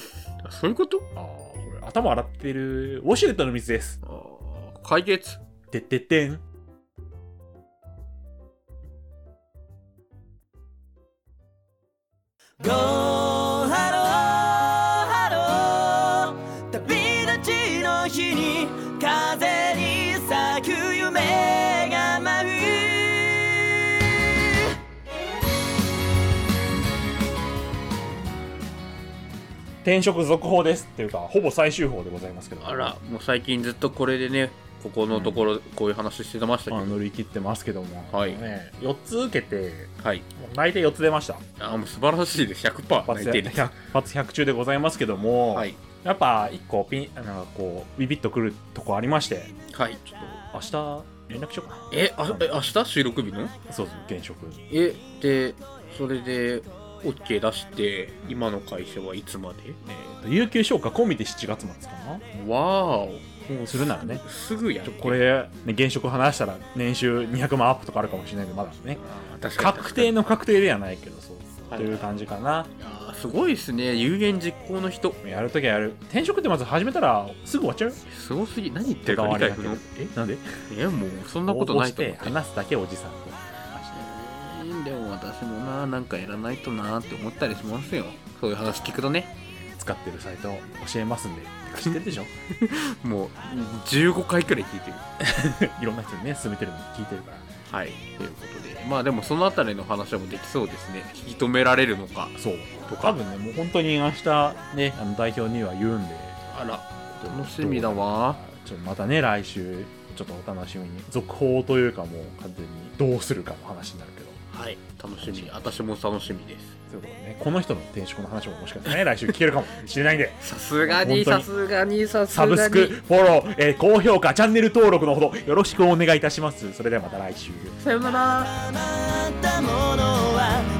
[SPEAKER 2] そういうこと
[SPEAKER 1] ああこれ頭洗ってるウォシュレットの水です
[SPEAKER 2] あー解決
[SPEAKER 1] てってってん
[SPEAKER 3] ゴーハローハロー旅立ちの日に風に咲く夢が舞う
[SPEAKER 1] 転職続報ですっていうかほぼ最終報でございますけど
[SPEAKER 2] あら、もう最近ずっとこれでね、ここのところ、こういう話してました
[SPEAKER 1] まあ
[SPEAKER 2] けど、
[SPEAKER 1] 乗り切ってますけども、
[SPEAKER 2] はい
[SPEAKER 1] ね、4つ受けて
[SPEAKER 2] はい。
[SPEAKER 1] もう内定4つ出ました
[SPEAKER 2] あーもう素晴らしいです、100%
[SPEAKER 1] 発
[SPEAKER 2] 泣いてる。
[SPEAKER 1] 100発100中でございますけども、
[SPEAKER 2] はい。
[SPEAKER 1] やっぱ1個ピンなんかこうビビッとくるとこありまして
[SPEAKER 2] はい。
[SPEAKER 1] 明日連絡しようかな
[SPEAKER 2] え、あえ明日収録日の
[SPEAKER 1] そうそう現職
[SPEAKER 2] え、で、それで、OK 出して、今の会社はいつまで
[SPEAKER 1] えーと有給消化込みで7月末かな
[SPEAKER 2] わー
[SPEAKER 1] もうするならね
[SPEAKER 2] お。すぐや
[SPEAKER 1] ち
[SPEAKER 2] る
[SPEAKER 1] ょ。これ、ね、現職話したら年収200万アップとかあるかもしれないけどまだね
[SPEAKER 2] あー、確かに
[SPEAKER 1] 確定の確定ではないけどそう、
[SPEAKER 2] はい
[SPEAKER 1] という感じかない
[SPEAKER 2] やーすごいですね有言実行の人
[SPEAKER 1] やるときはやる転職ってまず始めたらすぐ終わっちゃうよ
[SPEAKER 2] すごすぎ何言ってるか理解不能
[SPEAKER 1] えなんで
[SPEAKER 2] えもうそんなことないと思
[SPEAKER 1] 応
[SPEAKER 2] っ
[SPEAKER 1] 募して
[SPEAKER 2] て
[SPEAKER 1] 話すだけおじさんと
[SPEAKER 2] でも私もななんかやらないとなって思ったりしますよそういう話聞くとね
[SPEAKER 1] 使ってるサイト教えますんで知ってるでしょ
[SPEAKER 2] もう15回くらい聞いてる
[SPEAKER 1] [LAUGHS] いろんな人にね勧めてるの聞いてるから
[SPEAKER 2] はいということでまあでもそのあたりの話もできそうですね引き止められるのか
[SPEAKER 1] そう多分ねもう本当に明日ねあの代表には言うんで
[SPEAKER 2] あら楽しみだわ
[SPEAKER 1] ちょっとまたね来週ちょっとお楽しみに続報というかもう完全にどうするかの話になるけど
[SPEAKER 2] はい楽しみ私も楽しみです
[SPEAKER 1] そういうことでねこの人の転職の話ももしかした
[SPEAKER 2] [LAUGHS]
[SPEAKER 1] らね来週聞けるかもしれないんで
[SPEAKER 2] さすが
[SPEAKER 1] 本
[SPEAKER 2] に
[SPEAKER 1] 当
[SPEAKER 2] さ
[SPEAKER 1] に
[SPEAKER 2] すがにさす
[SPEAKER 1] サ
[SPEAKER 2] がに
[SPEAKER 1] ブスクフォロー、えー高評価チャンネル登録のほどよろしくお願いいたしますそれではまた来週
[SPEAKER 2] さよなら
[SPEAKER 3] 「余ったものは